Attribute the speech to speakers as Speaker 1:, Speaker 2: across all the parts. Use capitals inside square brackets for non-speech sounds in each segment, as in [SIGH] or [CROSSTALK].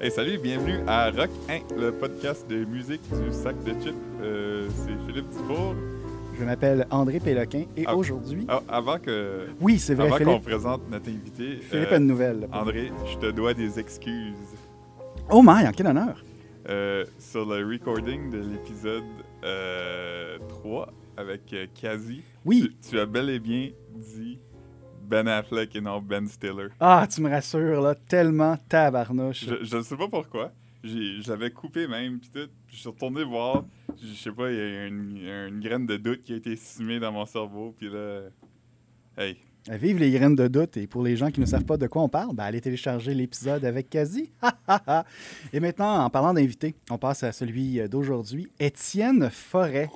Speaker 1: Hey, salut, bienvenue à Rock 1, le podcast de musique du sac de chips. Euh, c'est Philippe Dufour.
Speaker 2: Je m'appelle André Péloquin et
Speaker 1: Ah.
Speaker 2: aujourd'hui.
Speaker 1: Ah, avant que,
Speaker 2: Oui, c'est vrai,
Speaker 1: avant qu'on
Speaker 2: Philippe.
Speaker 1: présente notre invité,
Speaker 2: Philippe
Speaker 1: euh,
Speaker 2: a une nouvelle.
Speaker 1: André, je te dois des excuses.
Speaker 2: Oh my, en quel honneur!
Speaker 1: Euh, sur le recording de l'épisode euh, 3 avec euh, Kazi,
Speaker 2: Oui!
Speaker 1: tu, tu as bel et bien dit Ben Affleck et non Ben Stiller.
Speaker 2: Ah, tu me rassures, là, tellement tabarnouche.
Speaker 1: Je, je ne sais pas pourquoi. J'ai- Je l'avais coupé même, puis tout. Puis je suis retourné voir. Je sais pas, il y a une, une graine de doute qui a été semée dans mon cerveau, puis là. Hey,
Speaker 2: Euh, Vive les graines de doute et pour les gens qui ne savent pas de quoi on parle, ben, allez télécharger l'épisode avec Kazi. [LAUGHS] Ha, ha, ha. et maintenant, en parlant d'invités, on passe à celui euh, d'aujourd'hui, Étienne Forêt.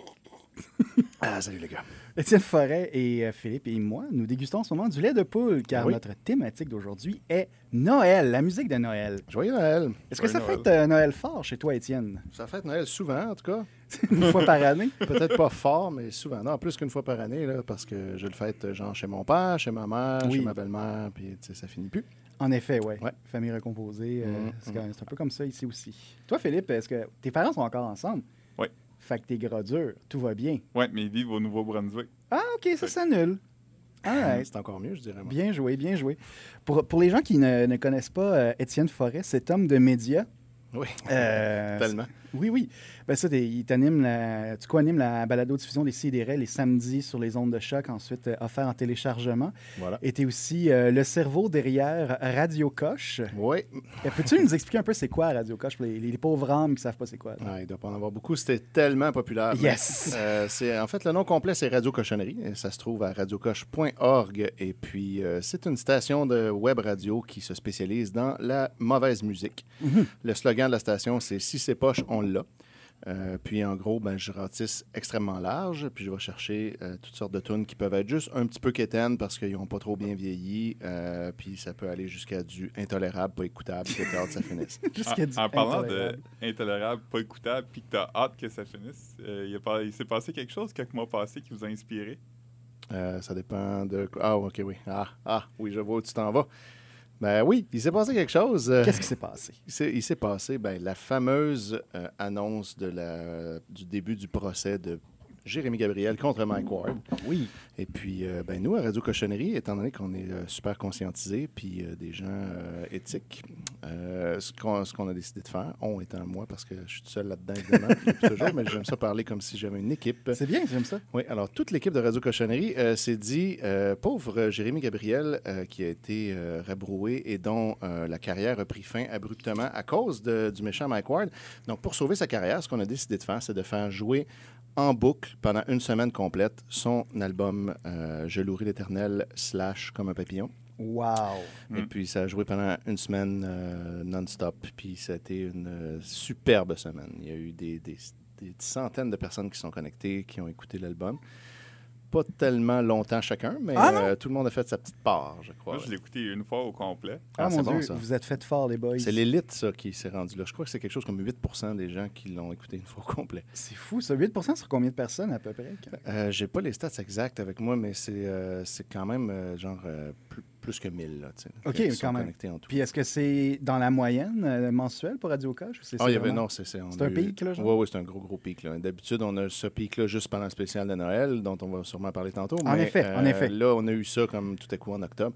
Speaker 3: Ah, salut les gars.
Speaker 2: Étienne Forêt et euh, Philippe et moi, nous dégustons en ce moment du lait de poule, car
Speaker 3: Oui.
Speaker 2: notre thématique d'aujourd'hui est Noël, la musique de Noël.
Speaker 3: Joyeux Noël.
Speaker 2: Est-ce que ça
Speaker 1: Joyeux
Speaker 2: fait euh, Noël fort chez toi, Étienne?
Speaker 3: Ça fête Noël souvent, en tout cas.
Speaker 2: [LAUGHS] Une fois par année?
Speaker 3: Peut-être
Speaker 2: [LAUGHS]
Speaker 3: pas fort, mais souvent. Non, plus qu'une fois par année, là, parce que je le fête euh, genre chez mon père, chez ma mère,
Speaker 2: Oui.
Speaker 3: chez ma belle-mère, puis tu sais, ça finit plus.
Speaker 2: En effet, oui.
Speaker 3: Ouais.
Speaker 2: Famille recomposée, euh,
Speaker 3: Mhm,
Speaker 2: c'est quand- c'est un peu comme ça ici aussi. Toi, Philippe, est-ce que tes parents sont encore ensemble?
Speaker 1: Oui.
Speaker 2: Fait que t'es gras dur, tout va bien.
Speaker 1: ouais, mais ils vivent au Nouveau-Brunswick.
Speaker 2: Ah, OK, ça s'annule. Ah,
Speaker 3: C'est encore mieux, je dirais. Moi.
Speaker 2: bien joué, bien joué. Pour, pour les gens qui ne, ne connaissent pas euh, Étienne Forêt, cet homme de médias...
Speaker 3: Oui,
Speaker 2: euh,
Speaker 3: [LAUGHS] tellement.
Speaker 2: Oui, oui. Ben ça, t'es- il t'anime la- tu co-animes la balado-diffusion des Sidérés les samedis sur les ondes de choc, ensuite euh, offert en téléchargement.
Speaker 3: Voilà.
Speaker 2: Et t'es aussi euh, le cerveau derrière Radio Coche.
Speaker 3: Oui,
Speaker 2: Euh, Peux-tu nous expliquer un peu c'est quoi Radio Coche pour les, les pauvres âmes qui savent pas c'est quoi? là?
Speaker 3: Ah, il doit pas en avoir beaucoup. C'était tellement populaire. [LAUGHS]
Speaker 2: Yes! [LAUGHS]
Speaker 3: Euh, c'est, en fait, le nom complet, c'est Radio Cochonnerie. Et Ça se trouve à radiocoche.org. Et puis, euh, c'est une station de web radio qui se spécialise dans la mauvaise musique. Le slogan de la station, c'est Si c'est poche, on l'a. Euh, puis en gros, ben, je ratisse extrêmement large, puis je vais chercher euh, toutes sortes de tunes qui peuvent être juste un petit peu quétaines parce qu'ils n'ont pas trop bien vieilli, euh, puis ça peut aller jusqu'à du intolérable, pas écoutable, puis j'ai hâte que ça finisse.
Speaker 2: Jusqu'à
Speaker 1: En,
Speaker 2: du
Speaker 1: en parlant
Speaker 2: intolérable.
Speaker 1: de intolérable, pas écoutable, puis que t'as hâte que ça finisse, euh, il, y a pas- il s'est passé quelque chose quelques mois passés qui vous a inspiré.
Speaker 3: Euh, ça dépend de. quoi- Ah, ok, oui. Ah, ah, oui, je vois où tu t'en vas. Ben oui, il s'est passé quelque chose. Euh,
Speaker 2: Qu'est-ce qui s'est passé?
Speaker 3: il s'est- il s'est passé ben, la fameuse euh, annonce de la, du début du procès de Jérémy Gabriel contre Mike Ward.
Speaker 2: Oui.
Speaker 3: Et puis, euh, ben, nous, à Radio Cochonnerie, étant donné qu'on est euh, super conscientisés, puis euh, des gens euh, éthiques, euh, ce qu'on ce qu'on a décidé de faire, on étant moi, parce que je suis tout seul là-dedans, évidemment, [LAUGHS] depuis toujours, mais j'aime ça parler comme si j'avais une équipe.
Speaker 2: C'est bien, j'aime ça.
Speaker 3: Oui, alors toute l'équipe de Radio Cochonnerie euh, s'est dit, euh, pauvre Jérémy Gabriel, euh, qui a été euh, rabroué et dont euh, la carrière a pris fin abruptement à cause de- du méchant Mike Ward. Donc, pour sauver sa carrière, ce qu'on a décidé de faire, c'est de faire jouer en boucle pendant une semaine complète son album euh, Je louerai l'éternel slash comme un papillon.
Speaker 2: Wow.
Speaker 3: Et
Speaker 1: Mm.
Speaker 3: puis, ça a joué pendant une semaine euh, non-stop. Puis, ça a été une euh, superbe semaine. Il y a eu des, des- des centaines de personnes qui sont connectées, qui ont écouté l'album. Pas tellement longtemps chacun, mais
Speaker 2: Ah non?
Speaker 3: euh, tout le monde a fait sa petite part, je crois.
Speaker 1: Moi, je l'ai écouté une fois au complet.
Speaker 2: Ah,
Speaker 3: Ah,
Speaker 2: mon
Speaker 3: c'est bon,
Speaker 2: Dieu,
Speaker 3: ça.
Speaker 2: vous êtes fait fort, les boys.
Speaker 3: C'est l'élite, ça, qui s'est rendu là. Je crois que c'est quelque chose comme 8 des gens qui l'ont écouté une fois au complet.
Speaker 2: C'est fou, ça. 8 sur combien de personnes à peu près?
Speaker 3: Euh, J'ai pas les stats exactes avec moi, mais c'est euh, c'est quand même euh, genre euh, plus, plus que 1000. Là, tu sais,
Speaker 2: Ok,
Speaker 3: qui
Speaker 2: quand
Speaker 3: sont
Speaker 2: même.
Speaker 3: connectés en tout.
Speaker 2: Puis est-ce que c'est dans la moyenne euh, mensuelle pour Radio Coche? ou c'est-
Speaker 3: Ah,
Speaker 2: c'est
Speaker 3: il y avait,
Speaker 2: vraiment-
Speaker 3: non, c'est c'est- on
Speaker 2: C'est
Speaker 3: a
Speaker 2: un
Speaker 3: eu-
Speaker 2: pic, là, genre?
Speaker 3: Oui, oui, c'est un gros, gros pic. là. D'habitude, on a ce pic-là juste pendant le spécial de Noël, dont on va sûrement parler tantôt.
Speaker 2: En
Speaker 3: mais, euh,
Speaker 2: effet, en effet.
Speaker 3: Là, on a eu ça comme tout à coup en octobre,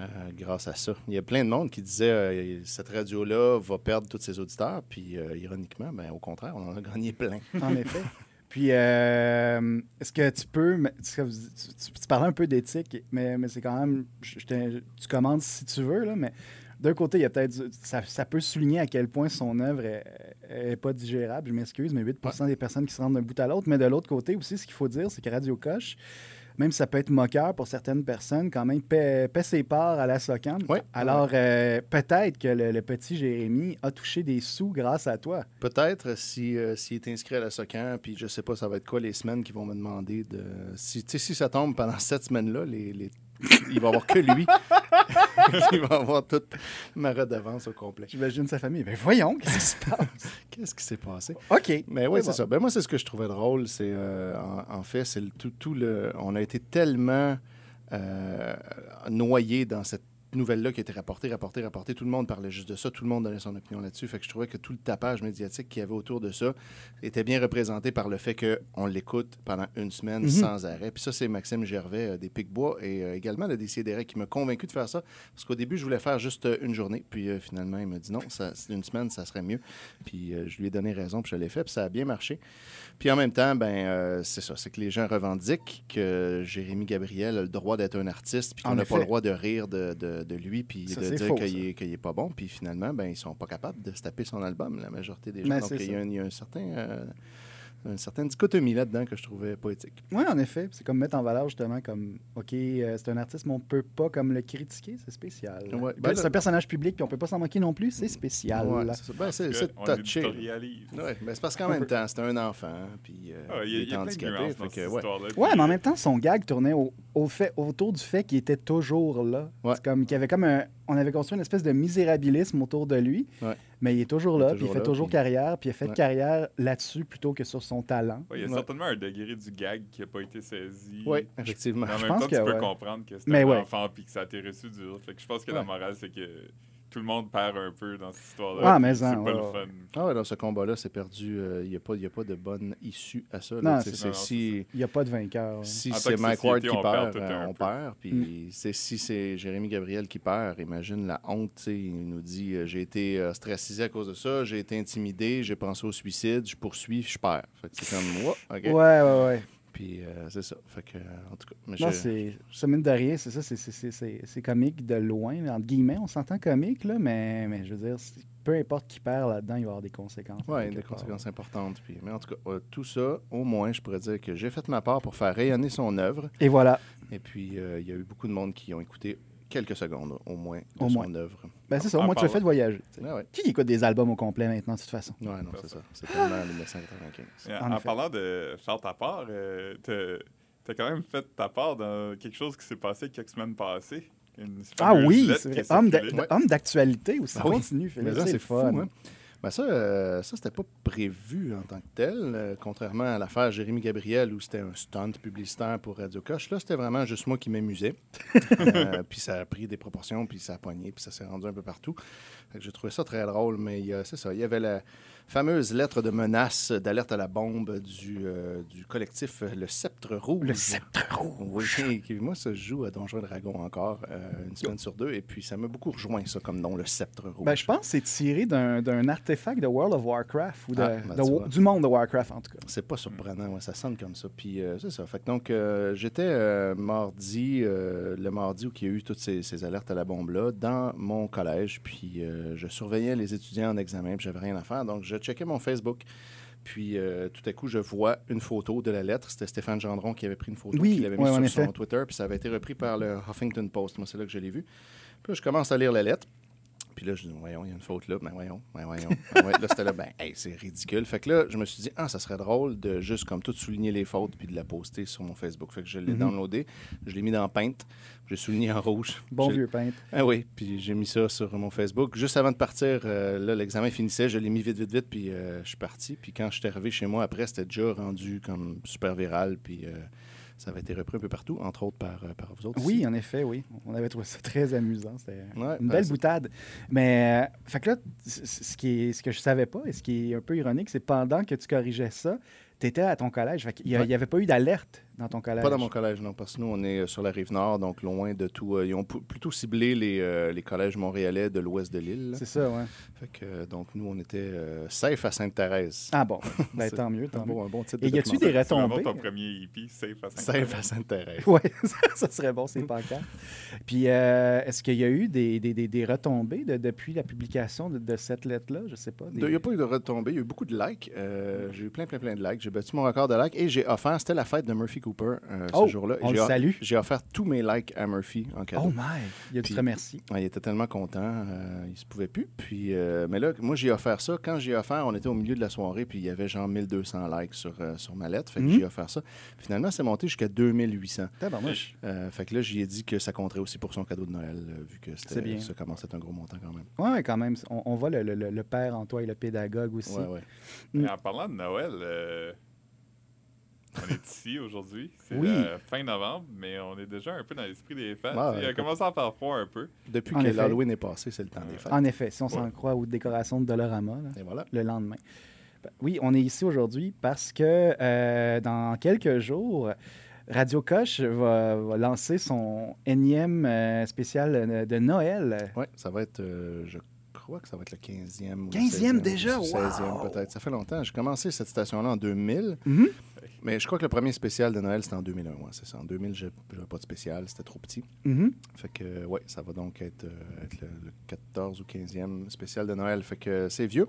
Speaker 3: euh, grâce à ça. Il y a plein de monde qui disait euh, cette radio-là va perdre tous ses auditeurs. Puis, euh, ironiquement, ben, au contraire, on en a [LAUGHS] gagné plein.
Speaker 2: En effet. Puis, euh, est-ce que tu peux. mais- est-ce que vous- Tu, tu- tu parlais un peu d'éthique, mais, mais c'est quand même. je- je t'in- tu commandes si tu veux, là, mais d'un côté, il y a peut-être. du- Ça, ça peut souligner à quel point son œuvre est, est pas digérable. Je m'excuse, mais 8 des personnes qui se rendent d'un bout à l'autre. Mais de l'autre côté aussi, ce qu'il faut dire, c'est que Radio Coche. Même si ça peut être moqueur pour certaines personnes, quand même, paie, paie ses parts à la SOCAM.
Speaker 3: Ouais.
Speaker 2: Alors, euh, peut-être que le, le petit Jérémy a touché des sous grâce à toi.
Speaker 3: Peut-être si euh, s'il est inscrit à la SOCAN, puis je sais pas, ça va être quoi les semaines qu'ils vont me demander de. Si, tu sais, si ça tombe pendant cette semaine-là, les, les- il va y avoir que lui. [LAUGHS] il va avoir toute ma redevance au complet.
Speaker 2: J'imagine sa famille. Ben voyons, qu'est-ce qui se passe?
Speaker 3: Qu'est-ce qui s'est passé?
Speaker 2: OK.
Speaker 3: Mais oui,
Speaker 2: C'est
Speaker 3: c'est
Speaker 2: bon.
Speaker 3: ça. Ben, moi, c'est ce que je trouvais drôle. C'est, euh, en, en fait, c'est le- tout, tout le. On a été tellement euh, noyé dans cette nouvelle-là qui était rapportée, rapportée, rapportée. Tout le monde parlait juste de ça. Tout le monde donnait son opinion là-dessus. Fait que je trouvais que tout le tapage médiatique qu'il y avait autour de ça était bien représenté par le fait qu'on l'écoute pendant une semaine
Speaker 2: Mhm.
Speaker 3: sans arrêt. Puis ça, c'est Maxime Gervais euh, des Picbois et euh, également le Décideret qui m'a convaincu de faire ça. Parce qu'au début, je voulais faire juste euh, une journée. Puis euh, finalement, il m'a dit non, ça, c'est une semaine, ça serait mieux. Puis euh, je lui ai donné raison, puis je l'ai fait. Puis ça a bien marché. Puis en même temps, ben, euh, c'est ça. C'est que les gens revendiquent que Jérémy Gabriel a le droit d'être un artiste, puis qu'on
Speaker 2: En
Speaker 3: n'a pas le
Speaker 2: effet.
Speaker 3: droit de rire de, de- de lui, puis
Speaker 2: Ça,
Speaker 3: de
Speaker 2: c'est
Speaker 3: dire
Speaker 2: faux, ça.
Speaker 3: qu'il est, qu'il est pas bon. Puis finalement, ben, ils sont pas capables de se taper son album, la majorité des gens.
Speaker 2: Ben,
Speaker 3: Donc
Speaker 2: c'est
Speaker 3: il y, a
Speaker 2: ça.
Speaker 3: un- il y a un certain. euh, une certaine dichotomie là-dedans que je trouvais poétique.
Speaker 2: Oui, en effet. C'est comme mettre en valeur, justement, comme, OK, euh, c'est un artiste, mais on peut pas comme le critiquer, c'est spécial.
Speaker 3: Ouais,
Speaker 2: Puis
Speaker 3: ben
Speaker 2: là, c'est
Speaker 3: là-
Speaker 2: un personnage public, puis on peut pas s'en moquer non plus, c'est spécial.
Speaker 3: Ouais, c'est ça. Ben, c'est-
Speaker 1: Parce
Speaker 3: c'est
Speaker 1: que on
Speaker 3: touché. là.
Speaker 1: éditorialise.
Speaker 3: Ouais, ben, c'est
Speaker 2: [LAUGHS]
Speaker 3: parce qu'en même temps, c'est un enfant, puis euh,
Speaker 1: Ah, Il y a- il y a plein de nuances dans
Speaker 3: fait que,
Speaker 1: cette
Speaker 3: ouais.
Speaker 1: histoire-là.
Speaker 2: Ouais,
Speaker 1: puis-
Speaker 2: mais en même temps, son gag tournait au, au fait, autour du fait qu'il était toujours là.
Speaker 3: Ouais.
Speaker 2: C'est comme qu'il y avait comme un- on avait construit une espèce de misérabilisme autour de lui,
Speaker 3: Ouais.
Speaker 2: mais il est toujours
Speaker 3: Il est
Speaker 2: là, puis
Speaker 3: toujours
Speaker 2: il fait
Speaker 3: là,
Speaker 2: toujours
Speaker 3: puis-
Speaker 2: carrière, puis il a fait
Speaker 3: Ouais.
Speaker 2: carrière là-dessus plutôt que sur son talent.
Speaker 1: Ouais, Il y a
Speaker 3: Ouais.
Speaker 1: certainement un degré du gag qui n'a pas été saisi.
Speaker 3: Oui, effectivement.
Speaker 1: Mais en
Speaker 2: Je
Speaker 1: même
Speaker 2: pense
Speaker 1: temps, tu
Speaker 2: que
Speaker 1: peux
Speaker 2: ouais.
Speaker 1: comprendre que
Speaker 2: Mais
Speaker 1: c'était un
Speaker 2: ouais.
Speaker 1: enfant puis que ça a été reçu dur. Fait que je pense que la
Speaker 3: Ouais.
Speaker 1: morale, c'est que tout le monde perd un peu dans cette histoire-là.
Speaker 2: Ouais,
Speaker 1: puis
Speaker 2: mais
Speaker 1: c'est
Speaker 2: en,
Speaker 1: pas
Speaker 2: ouais,
Speaker 1: le
Speaker 2: ouais.
Speaker 1: fun.
Speaker 3: Ah ouais, dans ce combat-là, c'est perdu. Il n'y a, pas- y a pas de bonne issue à ça. là.
Speaker 2: Non,
Speaker 3: Tu sais,
Speaker 2: c'est
Speaker 3: c'est-
Speaker 1: ça. Non, non,
Speaker 3: si
Speaker 2: Il n'y a pas de vainqueur.
Speaker 3: si
Speaker 1: En tant
Speaker 3: c'est
Speaker 1: que
Speaker 3: Mike
Speaker 1: société,
Speaker 3: Ward qui
Speaker 1: on perd
Speaker 3: perd,
Speaker 1: tout
Speaker 3: euh,
Speaker 1: un
Speaker 3: on
Speaker 1: peu.
Speaker 3: perd. Puis c'est- si c'est Jérémy Gabriel qui perd, imagine la honte. tu sais, Il nous dit euh, j'ai été euh, stressisé à cause de ça, j'ai été intimidé, j'ai pensé au suicide, je poursuis, je perds. Fait que c'est comme moi.
Speaker 2: Ouais, ouais, ouais.
Speaker 3: Puis euh, c'est ça. Fait que, euh, en tout cas, mais
Speaker 2: Non,
Speaker 3: je-
Speaker 2: c'est. Ça mine de rien, c'est ça, c'est- c'est- c'est c'est- c'est comique de loin, là, entre guillemets. On s'entend comique, là, mais, mais je veux dire, c'est- peu importe qui perd là-dedans, il va y avoir des conséquences.
Speaker 3: Oui,
Speaker 2: quelque
Speaker 3: des
Speaker 2: part.
Speaker 3: conséquences importantes. Puis, mais en tout cas, euh, tout ça, au moins, je pourrais dire que j'ai fait ma part pour faire rayonner son œuvre.
Speaker 2: Et voilà.
Speaker 3: Et puis, euh, il y a eu beaucoup de monde qui ont écouté quelques secondes, au moins, de
Speaker 2: Au
Speaker 3: son
Speaker 2: moins.
Speaker 3: œuvre.
Speaker 2: Ben, c'est ça,
Speaker 1: En
Speaker 3: ah,
Speaker 2: au moins, tu as
Speaker 1: parlant-
Speaker 2: fait voyager. tu sais.
Speaker 3: Ouais, ouais.
Speaker 2: Qui écoute des albums au complet maintenant, de toute façon?
Speaker 3: Ouais, non, c'est ça. C'est tellement 1995.
Speaker 1: Et
Speaker 2: En
Speaker 1: En, en
Speaker 2: effet.
Speaker 1: parlant de faire ta part, euh, t'as- t'as quand même fait ta part dans quelque chose qui s'est passé quelques semaines passées. Une
Speaker 2: Ah
Speaker 1: fameuse
Speaker 2: oui,
Speaker 1: lettre
Speaker 2: c'est
Speaker 1: qui
Speaker 2: vrai.
Speaker 1: a
Speaker 2: Homme
Speaker 1: circulé.
Speaker 2: d'ac-
Speaker 3: Ouais.
Speaker 2: homme d'actualité aussi.
Speaker 3: Ah oui.
Speaker 2: Continue, Philippe.
Speaker 3: Mais là,
Speaker 2: c'est
Speaker 3: c'est
Speaker 2: le
Speaker 3: fou,
Speaker 2: fun.
Speaker 3: hein? Ben ça, euh, ça c'était pas prévu en tant que tel, euh, contrairement à l'affaire Jérémy Gabriel où c'était un stunt publicitaire pour Radio Coche. Là, c'était vraiment juste moi qui
Speaker 2: [LAUGHS]
Speaker 3: m'amusais. Euh, puis ça a pris des proportions, puis ça a poigné, puis ça s'est rendu un peu partout. Fait que j'ai trouvé ça très drôle, mais il y a- c'est ça. Il y avait la fameuse lettre de menace d'alerte à la bombe du, euh, du collectif Le Sceptre Rouge.
Speaker 2: Le sceptre
Speaker 3: Oui,
Speaker 2: rouge.
Speaker 3: [LAUGHS] qui- moi, ça se joue à Donjons et Dragons encore euh, une semaine sur deux, et puis ça m'a beaucoup rejoint, ça, comme nom, le sceptre rouge.
Speaker 2: Ben, je pense que c'est tiré d'un d'un artefact de World of Warcraft ou de-
Speaker 3: Ah, ben,
Speaker 2: de-
Speaker 3: tu vois.
Speaker 2: du monde de Warcraft, en tout cas.
Speaker 3: C'est pas surprenant, ouais, ça sonne comme ça. Puis euh, c'est ça. Fait que donc, euh, j'étais euh, mardi, euh, le mardi où il y a eu toutes ces, ces alertes à la bombe-là, dans mon collège. Puis euh, je surveillais les étudiants en examen, puis j'avais rien à faire. Donc, je checkais mon Facebook. Puis euh, tout à coup, je vois une photo de la lettre. C'était Stéphane Gendron qui avait pris une photo,
Speaker 2: Oui,
Speaker 3: qui l'avait
Speaker 2: ouais, en
Speaker 3: mise sur son
Speaker 2: effet.
Speaker 3: Twitter, puis ça avait été repris par le Huffington Post. Moi, c'est là que je l'ai vu. Puis là, je commence à lire la lettre. Puis là, je dis, voyons, il y a une faute là. Ben voyons, ben voyons. Ben ouais, là, c'était là, ben, hey, c'est ridicule. Fait que là, je me suis dit, ah, ça serait drôle de juste comme tout souligner les fautes puis de la poster sur mon Facebook. Fait que je l'ai
Speaker 2: Mhm.
Speaker 3: downloadé, je l'ai mis dans Paint, j'ai souligné en rouge.
Speaker 2: Bon
Speaker 3: Je-
Speaker 2: vieux peintre.
Speaker 3: Ah oui, puis j'ai mis ça sur mon Facebook. Juste avant de partir, euh, là, l'examen finissait, je l'ai mis vite, vite, vite, puis euh, je suis parti. Puis quand je suis arrivé chez moi après, c'était déjà rendu comme super viral, puis euh, ça avait été repris un peu partout, entre autres par, euh, par vous autres.
Speaker 2: Oui,
Speaker 3: ici.
Speaker 2: en effet, oui. On avait trouvé ça très amusant. C'était
Speaker 3: Ouais,
Speaker 2: une
Speaker 3: ben,
Speaker 2: belle
Speaker 3: c'est-
Speaker 2: boutade. Mais, euh, fait que là, c- c- ce, qui est- ce que je savais pas et ce qui est un peu ironique, c'est pendant que tu corrigeais ça, tu étais à ton collège. Fait qu'il y a-
Speaker 3: Ouais.
Speaker 2: il y avait pas eu d'alerte dans ton collège.
Speaker 3: Pas dans mon collège, non, parce que nous, on est euh, sur la rive nord, donc loin de tout. euh, ils ont p- plutôt ciblé les, euh, les collèges montréalais de l'ouest de l'île. là.
Speaker 2: C'est ça, ouais.
Speaker 3: Fait que, euh, donc, nous, on était euh, safe à Sainte-Thérèse.
Speaker 2: Ah
Speaker 3: [LAUGHS]
Speaker 2: bon, ben,
Speaker 3: C'est
Speaker 2: tant mieux,
Speaker 3: un,
Speaker 2: tant mieux. [LAUGHS]
Speaker 3: beau, un bon titre.
Speaker 2: Et
Speaker 3: de
Speaker 2: y a-tu des
Speaker 3: documentaire.
Speaker 1: C'est vraiment
Speaker 2: retombées?
Speaker 1: ton premier hippie, safe à 5
Speaker 3: Safe à Sainte-Thérèse.
Speaker 2: Oui, ça serait bon, c'est pas encore. Puis, euh, est-ce qu'il y a eu des, des, des- des retombées de- depuis la publication de, de cette lettre-là? Je sais pas. des-
Speaker 3: Il n'y a pas eu de retombées, il y a eu beaucoup de likes. Euh, j'ai eu plein, plein, plein de likes. J'ai battu mon record de likes et j'ai offert, c'était la fête de Murphy Cooper euh,
Speaker 2: Oh,
Speaker 3: ce jour-là. Et
Speaker 2: on
Speaker 3: j'ai
Speaker 2: le
Speaker 3: o-
Speaker 2: salue.
Speaker 3: J'ai offert tous mes likes à Murphy en cadeau.
Speaker 2: Oh my! Il y a du
Speaker 3: Puis-
Speaker 2: remercie.
Speaker 3: Ah, il était tellement content, euh, il se pouvait plus. Puis, euh, mais là, moi, j'ai offert ça. Quand j'ai offert, on était au milieu de la soirée, puis il y avait genre 1200 likes sur, euh, sur ma lettre. Fait que
Speaker 2: Mhm.
Speaker 3: j'ai offert ça. Finalement, c'est monté jusqu'à 2800.
Speaker 2: Tabarnouche.
Speaker 3: Euh, fait que là, j'y ai dit que ça compterait aussi pour son cadeau de Noël, euh, vu que
Speaker 2: C'est
Speaker 3: c'était,
Speaker 2: bien.
Speaker 3: ça commençait à être un gros montant quand même.
Speaker 2: Ouais, quand même. On, on voit le, le- le- le père en toi et le pédagogue aussi.
Speaker 3: Ouais, ouais.
Speaker 1: Et en parlant de Noël, euh, On est ici aujourd'hui. C'est
Speaker 2: Oui.
Speaker 1: la fin novembre, mais on est déjà un peu dans l'esprit des fêtes.
Speaker 3: Ouais,
Speaker 1: tu sais, il a
Speaker 3: écoute.
Speaker 1: commencé à faire froid un peu.
Speaker 3: Depuis
Speaker 2: En
Speaker 3: que
Speaker 2: effet. Euh,
Speaker 3: l'Halloween est passé, c'est le temps des fêtes.
Speaker 2: En effet, si on s'en
Speaker 1: Ouais.
Speaker 2: croit aux décorations de Dolorama, là,
Speaker 3: Et voilà.
Speaker 2: le lendemain. Ben, Oui, on est ici aujourd'hui parce que euh, dans quelques jours, Radio Coche va, va lancer son énième euh, spécial euh, de Noël.
Speaker 3: Ouais, ça va être, euh, je crois que ça va être le 15e. Ou
Speaker 2: 15e
Speaker 3: le 16e,
Speaker 2: déjà?
Speaker 3: ou le 16e
Speaker 2: Wow!
Speaker 3: peut-être. Ça fait longtemps. J'ai commencé cette station-là en 2000,
Speaker 2: Mhm.
Speaker 3: mais je crois que le premier spécial de Noël, c'était en 2001. Ouais, c'est ça. En 2000, j'ai- j'avais pas de spécial, c'était trop petit.
Speaker 2: Mhm.
Speaker 3: Fait que, ouais, ça va donc être, euh, être le, le 14 ou 15e spécial de Noël. Fait que c'est vieux.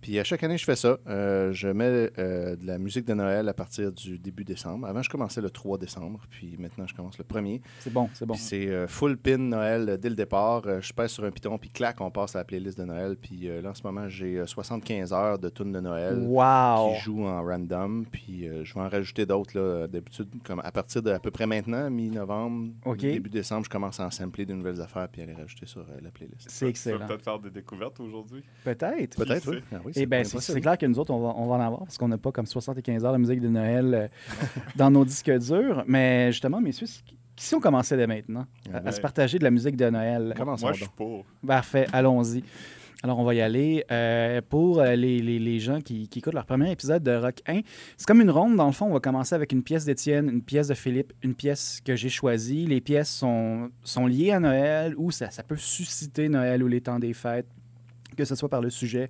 Speaker 3: Puis à chaque année, je fais ça. Euh, je mets euh, de la musique de Noël à partir du début décembre. Avant, je commençais le 3 décembre, puis maintenant, je commence le 1er.
Speaker 2: C'est bon, c'est bon.
Speaker 3: Puis c'est euh, full pin Noël euh, dès le départ. Euh, je pèse sur un piton, puis clac, on passe à la playlist de Noël. Puis euh, là, en ce moment, j'ai euh, 75 heures de tunes de Noël
Speaker 2: Wow!
Speaker 3: qui jouent en random. Puis euh, je vais en rajouter d'autres, là, d'habitude, comme à partir de à peu près maintenant, mi-novembre,
Speaker 2: Ok.
Speaker 3: début décembre, je commence à en sampler de nouvelles affaires, puis à les rajouter sur euh, la playlist.
Speaker 2: C'est
Speaker 1: Tu
Speaker 2: excellent.
Speaker 1: vas peut-être faire des découvertes aujourd'hui.
Speaker 3: Ben,
Speaker 2: Peut-être.
Speaker 3: Peut-être,
Speaker 1: sait?
Speaker 3: oui. Ah oui,
Speaker 2: Eh
Speaker 3: c'est
Speaker 2: bien,
Speaker 3: bien
Speaker 2: c'est
Speaker 3: possible.
Speaker 2: c'est clair que nous autres, on va, on va en avoir parce qu'on n'a pas comme 75 heures de musique de Noël euh, [LAUGHS] dans nos disques durs. Mais justement, messieurs, si- qui si on commençait dès maintenant à, à
Speaker 1: Ouais.
Speaker 2: se partager de la musique de Noël?
Speaker 3: Commençons
Speaker 1: Moi,
Speaker 3: donc.
Speaker 1: je suis pour.
Speaker 2: Parfait, allons-y. Alors, on va y aller. Euh, pour euh, les, les- les gens qui, qui écoutent leur premier épisode de Rock 1, c'est comme une ronde. Dans le fond, on va commencer avec une pièce d'Étienne, une pièce de Philippe, une pièce que j'ai choisie. Les pièces sont, sont liées à Noël ou ça, ça peut susciter Noël ou les temps des fêtes, que ce soit par le sujet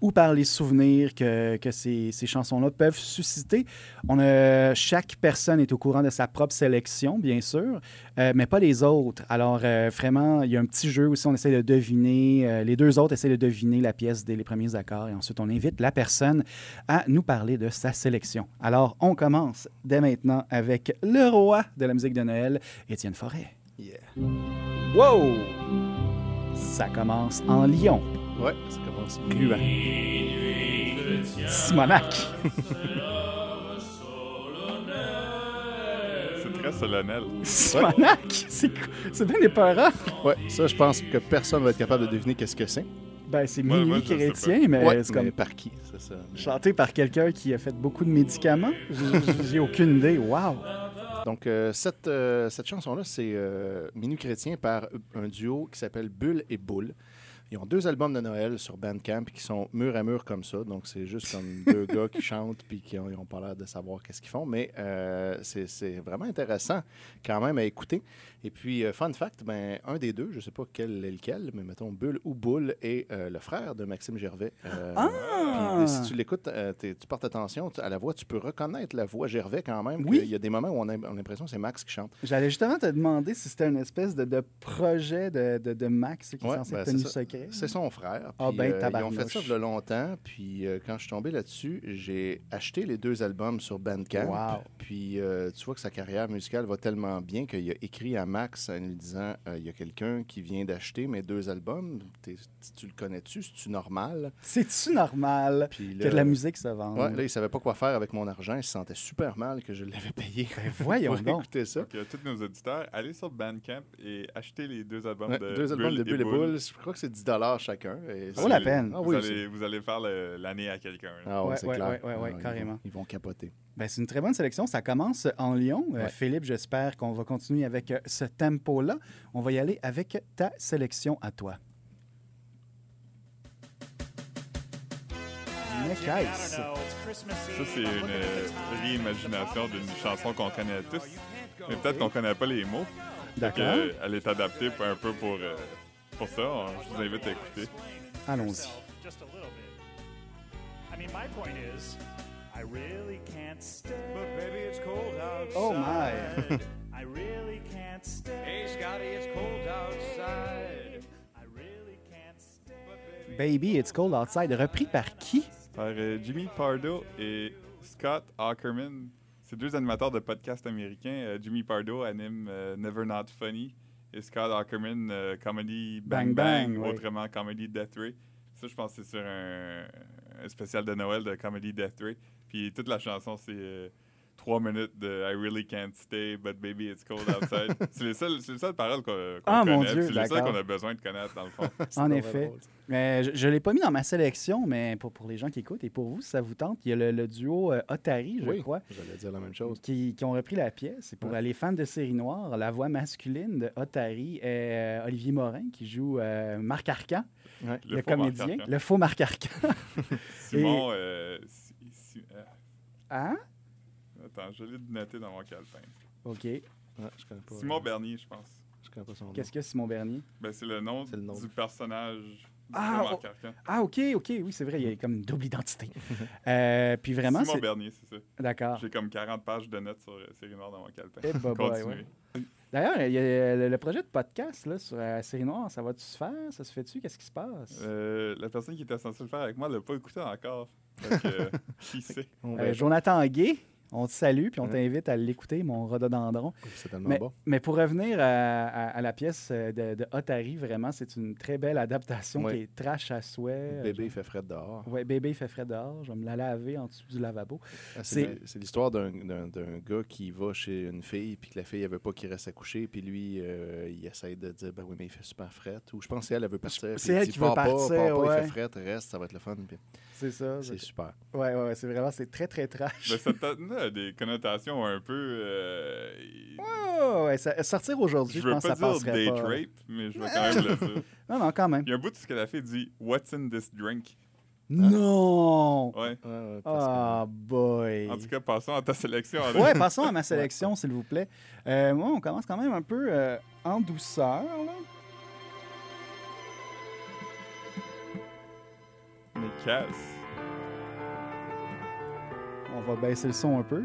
Speaker 2: ou par les souvenirs que, que ces, ces chansons-là peuvent susciter. On a, chaque personne est au courant de sa propre sélection, bien sûr, euh, mais pas les autres. Alors, euh, vraiment, il y a un petit jeu aussi, on essaie de deviner, euh, les deux autres essaient de deviner la pièce dès les premiers accords, et ensuite on invite la personne à nous parler de sa sélection. Alors, on commence dès maintenant avec le roi de la musique de Noël, Étienne Forêt.
Speaker 3: Yeah.
Speaker 2: Wow! Ça commence en Lyon.
Speaker 3: Ouais, ça commence gluant.
Speaker 2: Simonac!
Speaker 1: C'est très solennel.
Speaker 2: Simonac! C'est cou- C'est bien épeurant!
Speaker 3: Ouais, ça, je pense que personne va être capable de deviner qu'est-ce que c'est.
Speaker 2: Ben, c'est
Speaker 1: Moi,
Speaker 2: minuit
Speaker 1: moi, je sais
Speaker 2: chrétien, mais
Speaker 3: ouais,
Speaker 2: Euh, c'est
Speaker 3: mais
Speaker 2: comme
Speaker 3: par qui, c'est ça.
Speaker 2: chanté par quelqu'un qui a fait beaucoup de médicaments. J'ai- j'ai- J'ai aucune idée. Wow!
Speaker 3: Donc, euh, cette, euh, cette chanson-là, c'est euh, Minuit Chrétien par un duo qui s'appelle Bulle et Boule. Ils ont deux albums de Noël sur Bandcamp qui sont mur à mur comme ça. Donc, c'est juste comme deux gars qui chantent puis qui n'ont pas l'air de savoir qu'est-ce qu'ils font. Mais euh, c'est- c'est vraiment intéressant quand même à écouter. Et puis, euh, fun fact, ben, un des deux, je ne sais pas quel est lequel, mais mettons Bulle ou Boule est euh, le frère de Maxime Gervais. Euh,
Speaker 2: Ah!
Speaker 3: puis si tu l'écoutes, euh, t'es- tu portes attention tu- à la voix, tu peux reconnaître la voix Gervais quand même.
Speaker 2: Oui.
Speaker 3: Il y a des moments où on a, on a l'impression que c'est Max qui chante.
Speaker 2: J'allais justement te demander si c'était une espèce de, de projet de, de, de Max qui est
Speaker 3: Ouais,
Speaker 2: censé
Speaker 3: ben,
Speaker 2: être
Speaker 3: c'est
Speaker 2: tenu
Speaker 3: ça.
Speaker 2: secret.
Speaker 3: C'est son frère.
Speaker 2: Ah
Speaker 3: Puis,
Speaker 2: ben,
Speaker 3: euh, ils ont
Speaker 2: tabarnouche.
Speaker 3: fait ça de longtemps. Puis euh, quand je suis tombé là-dessus, j'ai acheté les deux albums sur Bandcamp.
Speaker 2: Wow.
Speaker 3: Puis euh, tu vois que sa carrière musicale va tellement bien qu'il a écrit à Max en lui disant euh, Il y a quelqu'un qui vient d'acheter mes deux albums. T'es- tu le connais-tu C'est-tu normal
Speaker 2: C'est-tu normal
Speaker 3: Puis
Speaker 2: que de la musique se vende?
Speaker 3: Ouais, là, il savait pas quoi faire avec mon argent. Il se sentait super mal que je l'avais payé.
Speaker 2: Ben, voyons
Speaker 3: [LAUGHS] pour
Speaker 2: donc.
Speaker 3: écouter ça.
Speaker 1: Donc, euh, tous nos auditeurs, allez sur Bandcamp et achetez les deux albums
Speaker 3: Ouais,
Speaker 1: de
Speaker 3: deux albums
Speaker 1: Bull
Speaker 3: de Bull et
Speaker 1: Bull.
Speaker 3: Bull, je crois que c'est 10 chacun. et
Speaker 2: Ça
Speaker 1: Vous
Speaker 2: vaut la
Speaker 1: allez-
Speaker 2: peine.
Speaker 3: Ah
Speaker 1: vous,
Speaker 3: oui,
Speaker 1: allez, vous allez faire le- l'année à quelqu'un. là.
Speaker 3: Ah ouais,
Speaker 2: Ouais,
Speaker 3: c'est
Speaker 2: ouais,
Speaker 3: clair.
Speaker 2: ouais, ouais, ouais,
Speaker 3: ils vont-
Speaker 2: carrément.
Speaker 3: Ils vont, capoter.
Speaker 2: Ben, c'est une très bonne sélection. Ça commence en Lyon. Euh,
Speaker 3: Ouais.
Speaker 2: Philippe, j'espère qu'on va continuer avec euh, ce tempo-là. On va y aller avec ta sélection à toi. Nice.
Speaker 1: Ça, c'est une euh, réimagination d'une chanson qu'on connaît tous. Mais peut-être qu'on connaît pas les mots. que,
Speaker 2: D'accord.
Speaker 1: euh, elle est adaptée pour- un peu pour, euh, pour ça. On- Je vous invite à écouter.
Speaker 2: Allons-y.
Speaker 4: Just a little bit. I mean, my point is, I really can't stay.
Speaker 5: But baby, it's cold outside.
Speaker 2: Oh my!
Speaker 4: I really can't stay.
Speaker 5: Hey, Scotty, it's cold outside.
Speaker 4: I really can't stay.
Speaker 2: Baby, it's cold outside. Repris par qui?
Speaker 1: Par euh, Jimmy Pardo et Scott Ackerman. C'est deux animateurs de podcasts américains. Euh, Jimmy Pardo anime euh, Never Not Funny et Scott Ackerman euh, Comedy Bang
Speaker 2: Bang
Speaker 1: Bang,
Speaker 2: Bang, ouais.
Speaker 1: autrement Comedy Death Ray. Ça, je pense que c'est sur un, un spécial de Noël de Comedy Death Ray. Puis toute la chanson, c'est euh, trois minutes de I really can't stay, but baby it's cold
Speaker 2: [LAUGHS]
Speaker 1: outside. c'est les seules, c'est les seules paroles qu'on qu'on
Speaker 2: Ah,
Speaker 1: connaît.
Speaker 2: mon Dieu,
Speaker 1: C'est les seules
Speaker 2: d'accord.
Speaker 1: qu'on a besoin de connaître dans le
Speaker 2: [LAUGHS]
Speaker 1: fond.
Speaker 2: En effet. Mais Euh, je je l'ai pas mis dans ma sélection, mais pour, pour les gens qui écoutent et pour vous, si ça vous tente, il y a le, le duo euh, Otari, je
Speaker 3: Oui,
Speaker 2: crois,
Speaker 3: j'allais dire la même chose.
Speaker 2: qui, qui ont repris la pièce. Et pour
Speaker 3: Ouais.
Speaker 2: les fans de séries noires, la voix masculine de Otari est euh, Olivier Morin, qui joue euh, Marc Arcan,
Speaker 1: faux
Speaker 2: le, comédien,
Speaker 1: Marc Arcan.
Speaker 2: le faux Marc Arcan. [LAUGHS]
Speaker 1: Simon, euh, si- si- euh,
Speaker 2: hein?
Speaker 1: attends, je l'ai noté dans mon calepin.
Speaker 2: OK.
Speaker 3: Ouais, je connais pas.
Speaker 1: Simon Bernier, je pense.
Speaker 3: Je connais pas son nom.
Speaker 2: Qu'est-ce que Simon Bernier?
Speaker 1: Ben, c'est le nom
Speaker 3: C'est le nom.
Speaker 1: du personnage du film
Speaker 2: Ah,
Speaker 1: en
Speaker 2: oh,
Speaker 1: carcan.
Speaker 2: Ah, OK, OK, oui, c'est vrai, il y a comme une double
Speaker 1: [LAUGHS]
Speaker 2: identité. Euh, puis vraiment,
Speaker 1: Mhm. Simon
Speaker 2: c'est...
Speaker 1: Bernier, c'est ça.
Speaker 2: D'accord.
Speaker 1: J'ai comme 40 pages de notes sur euh, Série Noire dans mon calepin.
Speaker 2: Eh, bah, bah,
Speaker 1: Continuez.
Speaker 2: ouais. D'ailleurs, il y a le le projet de podcast là, sur la série noire, ça va-tu se faire? Ça se fait-tu? Qu'est-ce qui se passe?
Speaker 1: Euh, la personne qui était censée le faire avec moi l'a pas écouté encore. Fait que,
Speaker 2: [LAUGHS]
Speaker 1: euh, qui sait?
Speaker 3: On
Speaker 2: Euh,
Speaker 3: verra.
Speaker 2: Jonathan Gay, on te salue, puis on
Speaker 3: Hein?
Speaker 2: t'invite à l'écouter, mon rhododendron.
Speaker 3: C'est tellement
Speaker 2: Mais,
Speaker 3: Ah bon.
Speaker 2: mais pour revenir à, à- à la pièce euh, de, de Otari, vraiment, c'est une très belle adaptation
Speaker 3: Ouais.
Speaker 2: qui est trash à souhait.
Speaker 3: Bébé fait fret dehors.
Speaker 2: Euh, Ouais, bébé, il fait frais dehors. Je vais me la laver en dessous du lavabo.
Speaker 3: Ah, C'est c'est l'histoire d'un- d'un d'un gars qui va chez une fille, puis que la fille, elle veut pas qu'il reste à coucher, puis lui, euh, il essaie de dire, ben oui, mais il fait super fret. Ou je pense que c'est elle, elle veut partir. puis
Speaker 2: c'est
Speaker 3: il
Speaker 2: elle
Speaker 3: dit,
Speaker 2: qui veut
Speaker 3: Pars pas, pars
Speaker 2: partir,
Speaker 3: pas,
Speaker 2: ouais.
Speaker 3: Il fait fret, reste, ça va être le fun. puis
Speaker 2: C'est ça.
Speaker 3: C'est super.
Speaker 2: Ouais, ouais, ouais, c'est vraiment, c'est très,
Speaker 1: [LAUGHS]
Speaker 2: très trash.
Speaker 1: Ben, cette année a des connotations un peu. euh,
Speaker 2: Oh, ouais, ça- sortir aujourd'hui,
Speaker 1: je
Speaker 2: je,
Speaker 1: veux
Speaker 2: pense que
Speaker 1: pas
Speaker 2: ça
Speaker 1: dire
Speaker 2: passerait
Speaker 1: date
Speaker 2: pas.
Speaker 1: rape, mais
Speaker 2: [LAUGHS]
Speaker 1: je vais quand même le dire.
Speaker 2: Non, non, quand même.
Speaker 1: Il y a un bout de ce que la fille dit What's in this drink?
Speaker 2: Non!
Speaker 1: Ouais.
Speaker 3: Ouais, ouais, parce que-
Speaker 2: Ah, boy!
Speaker 1: En tout cas, passons à ta sélection. Alain.
Speaker 2: [LAUGHS] Ouais, passons à ma sélection, s'il vous plaît. Euh, moi, on commence quand même un peu euh, en douceur. Là.
Speaker 1: Mais Cass,
Speaker 2: On va baisser le son un peu.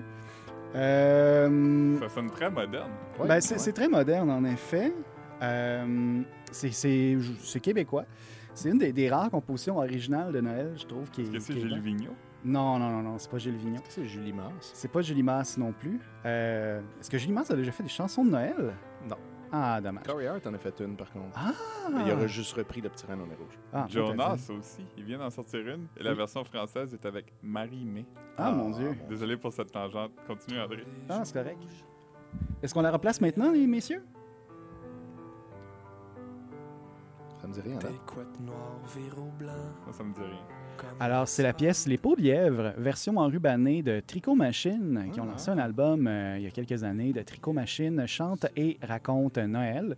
Speaker 2: Euh,
Speaker 1: ça sonne très moderne.
Speaker 3: Ouais,
Speaker 2: ben, c'est
Speaker 3: ouais.
Speaker 2: c'est très moderne, en effet. Euh, c'est- c'est c'est québécois. C'est une des, des rares compositions originales de Noël, je trouve. Qui est,
Speaker 1: Est-ce que c'est
Speaker 2: qui est
Speaker 1: Gilles
Speaker 2: bonne.
Speaker 1: Vigneault?
Speaker 2: Non, non, non, non, c'est pas Gilles Vignon.
Speaker 3: C'est Julie Mars.
Speaker 2: C'est pas Julie Masse non plus. Euh, Est-ce que Julie Masse a déjà fait des chansons de Noël?
Speaker 3: Non.
Speaker 2: Ah, dommage.
Speaker 3: Corey Hart en a fait une, par contre.
Speaker 2: Ah!
Speaker 3: Mais Il aurait juste repris le petit rein en rouge.
Speaker 2: Ah,
Speaker 1: Jonas aussi. Il vient d'en sortir une. Et la
Speaker 2: Oui.
Speaker 1: version française est avec Marie May.
Speaker 2: Ah, mon Dieu.
Speaker 1: Désolé pour cette tangente. Continue, André.
Speaker 2: Ah, c'est correct. Est-ce qu'on la replace maintenant, les messieurs?
Speaker 3: Ça me dit rien, hein. là.
Speaker 6: Des couettes noires, verrou blanc.
Speaker 1: Ça, ça me dit rien.
Speaker 6: comme
Speaker 2: Alors, c'est la pièce Les Peaux Lièvres, version enrubannée de Tricot Machine, qui ont lancé un
Speaker 1: Ah.
Speaker 2: album euh, il y a quelques années de Tricot Machine, chante et raconte Noël.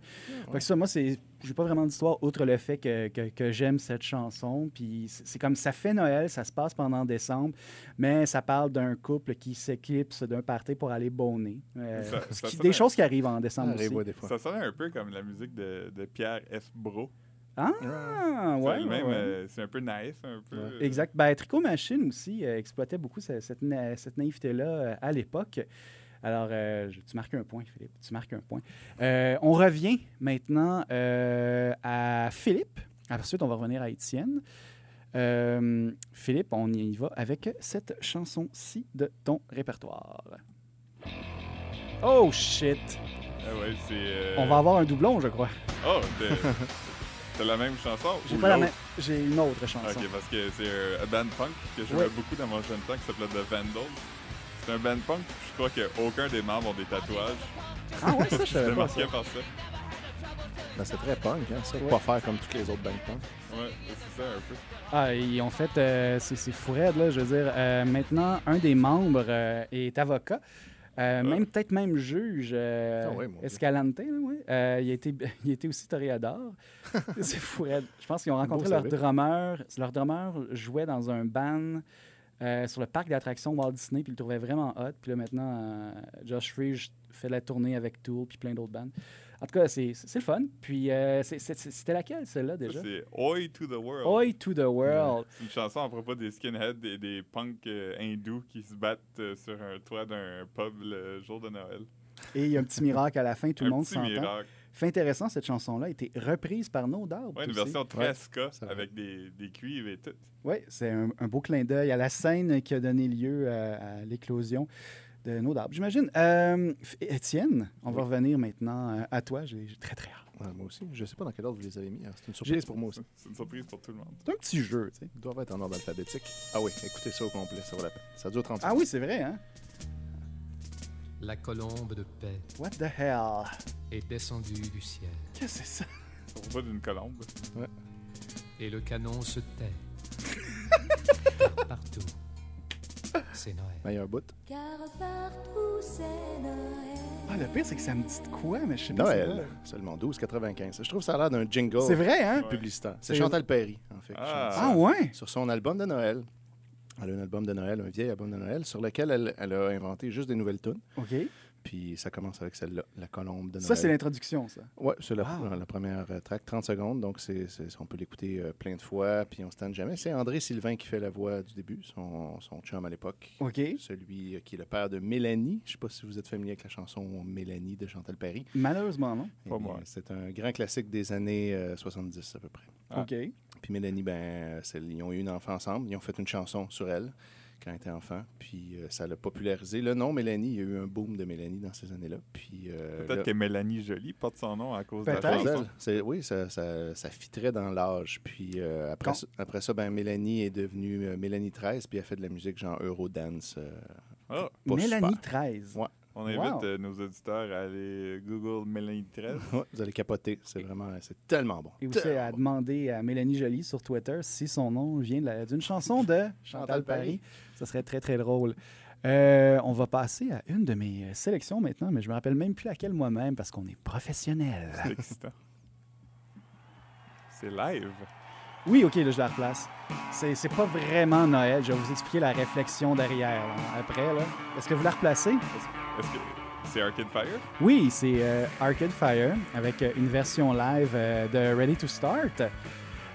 Speaker 2: Fait que ça, moi, c'est. J'ai pas vraiment d'histoire outre le fait que, que- que j'aime cette chanson. Puis c'est c'est comme ça fait Noël, ça se passe pendant décembre, mais ça parle d'un couple qui s'éclipse d'un party pour aller bonner. Euh,
Speaker 1: Ça-
Speaker 2: ce
Speaker 1: ça
Speaker 2: qui-
Speaker 1: sonne-
Speaker 2: des choses qui arrivent en
Speaker 3: Ça
Speaker 2: décembre aussi.
Speaker 3: arrive ouais, des fois.
Speaker 1: Ça sonne un peu comme la musique de, de Pierre F. Bro.
Speaker 2: Ah,
Speaker 1: C'est
Speaker 2: ouais,
Speaker 1: le même,
Speaker 2: ouais.
Speaker 1: euh, C'est un peu naïf, un peu. euh,
Speaker 2: Exact. Ben, Tricot Machine aussi euh, exploitait beaucoup ce- cette, na- cette naïveté-là euh, à l'époque. Alors, euh, je- tu marques un point, Philippe. Tu marques un point. Euh, on revient maintenant euh, à Philippe. Ensuite, on va revenir à Étienne. Euh, Philippe, on y va avec cette chanson-ci de ton répertoire. Oh shit!
Speaker 1: Ah ouais, c'est. euh,
Speaker 2: On va avoir un doublon, je crois. [LAUGHS]
Speaker 1: Oh, t'es- t'as la même chanson
Speaker 2: J'ai
Speaker 1: ou
Speaker 2: pas la
Speaker 1: l'autre?
Speaker 2: main. J'ai une autre chanson.
Speaker 1: Ok, parce que c'est euh, un band punk que j'aimais
Speaker 2: Ouais.
Speaker 1: beaucoup dans mon jeune temps qui s'appelait The Vandals. C'est un band punk, je crois qu'aucun des membres ont des tatouages.
Speaker 2: Ah ouais, ça, je
Speaker 1: C'était
Speaker 2: savais pas. ça.
Speaker 1: marqué par ça.
Speaker 3: Ben, c'est très punk, hein, ça.
Speaker 2: Ouais.
Speaker 3: Pas faire comme toutes les autres bandes punk.
Speaker 1: Ouais, c'est ça un peu.
Speaker 2: Ah, ils ont fait, euh, c'est c'est fou raide, là, je veux dire. Euh, maintenant, un des membres euh, est avocat. Euh, Même peut-être même juge euh,
Speaker 3: Ah ouais, mon Dieu.
Speaker 2: Escalante, là, ouais. Euh, il, a été, [LAUGHS] il a été aussi
Speaker 3: [LAUGHS]
Speaker 2: toréador. c'est fou raide. Je pense qu'ils ont rencontré leur
Speaker 3: salut.
Speaker 2: drummer. Leur drummer jouait dans un band euh, sur le parc d'attractions Walt Disney, puis il le trouvait vraiment hot. Puis là maintenant, euh, Josh Fridge fait la tournée avec Tool puis plein d'autres bands. En tout cas, c'est c'est le fun. Puis euh, c'est- c'est- c'était laquelle celle-là
Speaker 1: Ça,
Speaker 2: déjà?
Speaker 1: C'est Oi to the World.
Speaker 2: Oi to the world.
Speaker 1: C'est une chanson à propos des skinheads et des punks euh, hindous qui se battent euh, sur un toit d'un pub le jour de Noël.
Speaker 2: Et il y a un petit miracle à la fin, tout le
Speaker 1: un
Speaker 2: monde
Speaker 1: petit
Speaker 2: s'entend.
Speaker 1: miracle.
Speaker 2: Fait intéressant, cette chanson-là a été reprise par No Doubt.
Speaker 1: Ouais, une
Speaker 2: aussi.
Speaker 1: version très
Speaker 3: Ouais,
Speaker 1: ska
Speaker 3: ça va.
Speaker 1: avec des, des cuivres et tout.
Speaker 2: Ouais, c'est un, un beau clin d'œil à la scène qui a donné lieu à, à l'éclosion de No Doubt, j'imagine. Euh, F- Étienne, on va revenir maintenant euh, à toi. J'ai j'ai très, très hâte.
Speaker 3: Ouais, Euh, moi aussi. Je sais pas dans quel ordre vous les avez mis. hein. C'est une surprise pour moi aussi.
Speaker 1: C'est une surprise pour tout le monde.
Speaker 2: C'est un petit jeu, tu sais.
Speaker 3: Ils doivent être en ordre alphabétique. Ah oui, écoutez ça au complet, ça vaut la peine. Ça dure 30
Speaker 2: Ah oui, c'est vrai, hein?
Speaker 7: la colombe de paix
Speaker 2: What the hell?
Speaker 7: est descendue du ciel,
Speaker 2: Qu'est-ce que c'est ça?
Speaker 1: Ça va pas d'une colombe.
Speaker 7: et le canon se tait. Partout, c'est Noël.
Speaker 3: Meilleur bout.
Speaker 8: Car partout c'est
Speaker 2: Ah,
Speaker 8: Noël.
Speaker 2: le pire, c'est que ça me dit de quoi, mais je sais pas. c'est
Speaker 3: Noël, Oh. seulement 12,95. Je trouve que ça a l'air d'un jingle
Speaker 2: quoi. C'est vrai, hein?
Speaker 1: Ouais.
Speaker 3: publicitaire. C'est
Speaker 2: C'est-
Speaker 3: Chantal Perry, en fait. qui chante
Speaker 1: Ah.
Speaker 3: ça.
Speaker 2: Ah, ouais?
Speaker 3: Sur son album de Noël. Elle a un album de Noël, un vieil album de Noël, sur lequel elle, elle a inventé juste des nouvelles tunes.
Speaker 2: OK.
Speaker 3: Puis ça commence avec celle-là, La Colombe de Noël.
Speaker 2: Ça, c'est l'introduction, ça.
Speaker 3: Oui, c'est la,
Speaker 2: Wow.
Speaker 3: la première euh, track, 30 secondes, donc c'est, c'est- on peut l'écouter euh, plein de fois, puis on se tente jamais. C'est André Sylvain qui fait la voix du début, son, son chum à l'époque.
Speaker 2: OK.
Speaker 3: Celui euh, qui est le père de Mélanie. Je ne sais pas si vous êtes familier avec la chanson Mélanie de Chantal Perry.
Speaker 2: Malheureusement, non?
Speaker 1: Pas
Speaker 3: Eh bien,
Speaker 1: moi.
Speaker 3: C'est un grand classique des années euh, 70 à peu près.
Speaker 1: Ah.
Speaker 2: OK.
Speaker 3: Puis Mélanie, ben, euh, c'est- ils ont eu une enfant ensemble. Ils ont fait une chanson sur elle quand elle était enfant. Puis euh, ça l'a popularisé. Le nom Mélanie, il y a eu un boom de Mélanie dans ces années-là. Puis euh,
Speaker 1: Peut-être
Speaker 3: là-
Speaker 1: que Mélanie Jolie porte son nom à cause de la
Speaker 2: Peut-être.
Speaker 1: chanson.
Speaker 3: Mademoiselle, c'est- Oui, ça, ça, ça fitrait dans l'âge. Puis euh, après,
Speaker 2: Quand-
Speaker 3: ça- après ça, ben, Mélanie est devenue euh, Mélanie 13, puis elle fait de la musique genre Eurodance. euh,
Speaker 1: Ah,
Speaker 3: pas
Speaker 2: Mélanie
Speaker 3: super.
Speaker 2: 13.
Speaker 3: Ouais.
Speaker 1: on invite
Speaker 2: Wow.
Speaker 1: euh, nos auditeurs à aller Google Mélanie 13.
Speaker 3: Ouais, vous allez capoter. C'est vraiment, c'est tellement bon.
Speaker 2: Et aussi
Speaker 3: Tellement
Speaker 2: à
Speaker 3: bon.
Speaker 2: demander à Mélanie Jolie sur Twitter si son nom vient de la- d'une chanson de [LAUGHS] Chantal
Speaker 3: Chantal Paris.
Speaker 2: Paris. Ça serait très, très drôle. Euh, on va passer à une de mes euh, sélections maintenant, mais je me rappelle même plus laquelle moi-même parce qu'on est professionnel.
Speaker 1: C'est
Speaker 2: [LAUGHS]
Speaker 1: excitant. C'est live.
Speaker 2: Oui, OK, là, je la replace. C'est c'est pas vraiment Noël. Je vais vous expliquer la réflexion derrière là, après. là. Est-ce que vous la replacez?
Speaker 1: Est-ce que c'est Arcade Fire?
Speaker 2: Oui, c'est euh, Arcade Fire avec euh, une version live euh, de Ready to Start.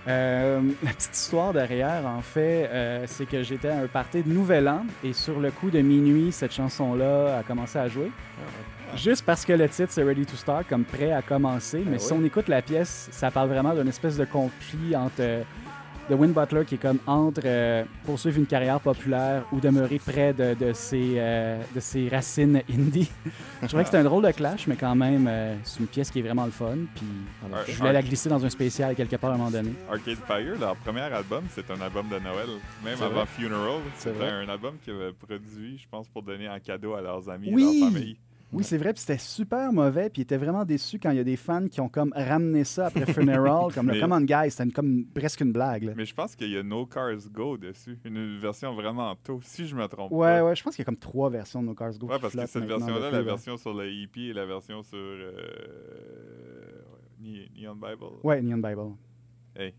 Speaker 2: Euh, la petite histoire derrière, en fait, euh, c'est que j'étais à un party de Nouvel An et sur le coup de minuit, cette chanson-là a commencé à jouer. Juste parce que le titre, c'est Ready to Start, comme prêt à commencer. Mais si
Speaker 3: oui.
Speaker 2: on écoute la pièce, ça parle vraiment d'une espèce de conflit entre euh, de Win Butler qui est comme entre euh, poursuivre une carrière populaire ou demeurer près de, de ses, euh, de ses racines indie. Je trouvais que c'était un drôle de clash, mais quand même, euh, c'est une pièce qui est vraiment le fun. Puis
Speaker 1: Ar-
Speaker 2: je voulais
Speaker 1: Ar-
Speaker 2: la glisser dans un spécial quelque part à un moment donné.
Speaker 1: Arcade Fire, leur premier album, c'est un album de Noël. Même
Speaker 3: C'est
Speaker 1: avant
Speaker 3: vrai.
Speaker 1: Funeral,
Speaker 3: C'est
Speaker 1: c'était
Speaker 3: vrai.
Speaker 1: un album qu'ils avaient produit, je pense, pour donner en cadeau à leurs amis et
Speaker 2: Oui!
Speaker 1: leur famille.
Speaker 2: Oui, c'est vrai, puis c'était super mauvais, puis il était vraiment déçu quand il y a des fans qui ont comme ramené ça après Funeral, comme
Speaker 1: Mais-
Speaker 2: le Come on Guys, c'était une- comme presque une blague. là.
Speaker 1: Mais je pense qu'il y a No Cars Go dessus, une version vraiment tôt, si je me trompe
Speaker 2: Ouais,
Speaker 1: pas.
Speaker 2: ouais, je pense qu'il y a comme trois versions de No Cars Go.
Speaker 1: Ouais,
Speaker 2: qui
Speaker 1: parce que
Speaker 2: flottent
Speaker 1: cette
Speaker 2: maintenant
Speaker 1: version-là,
Speaker 2: depuis,
Speaker 1: la
Speaker 2: là.
Speaker 1: version sur le hippie et la version sur euh, Ne- Neon Bible.
Speaker 2: Ouais, Neon Bible.
Speaker 1: Hey.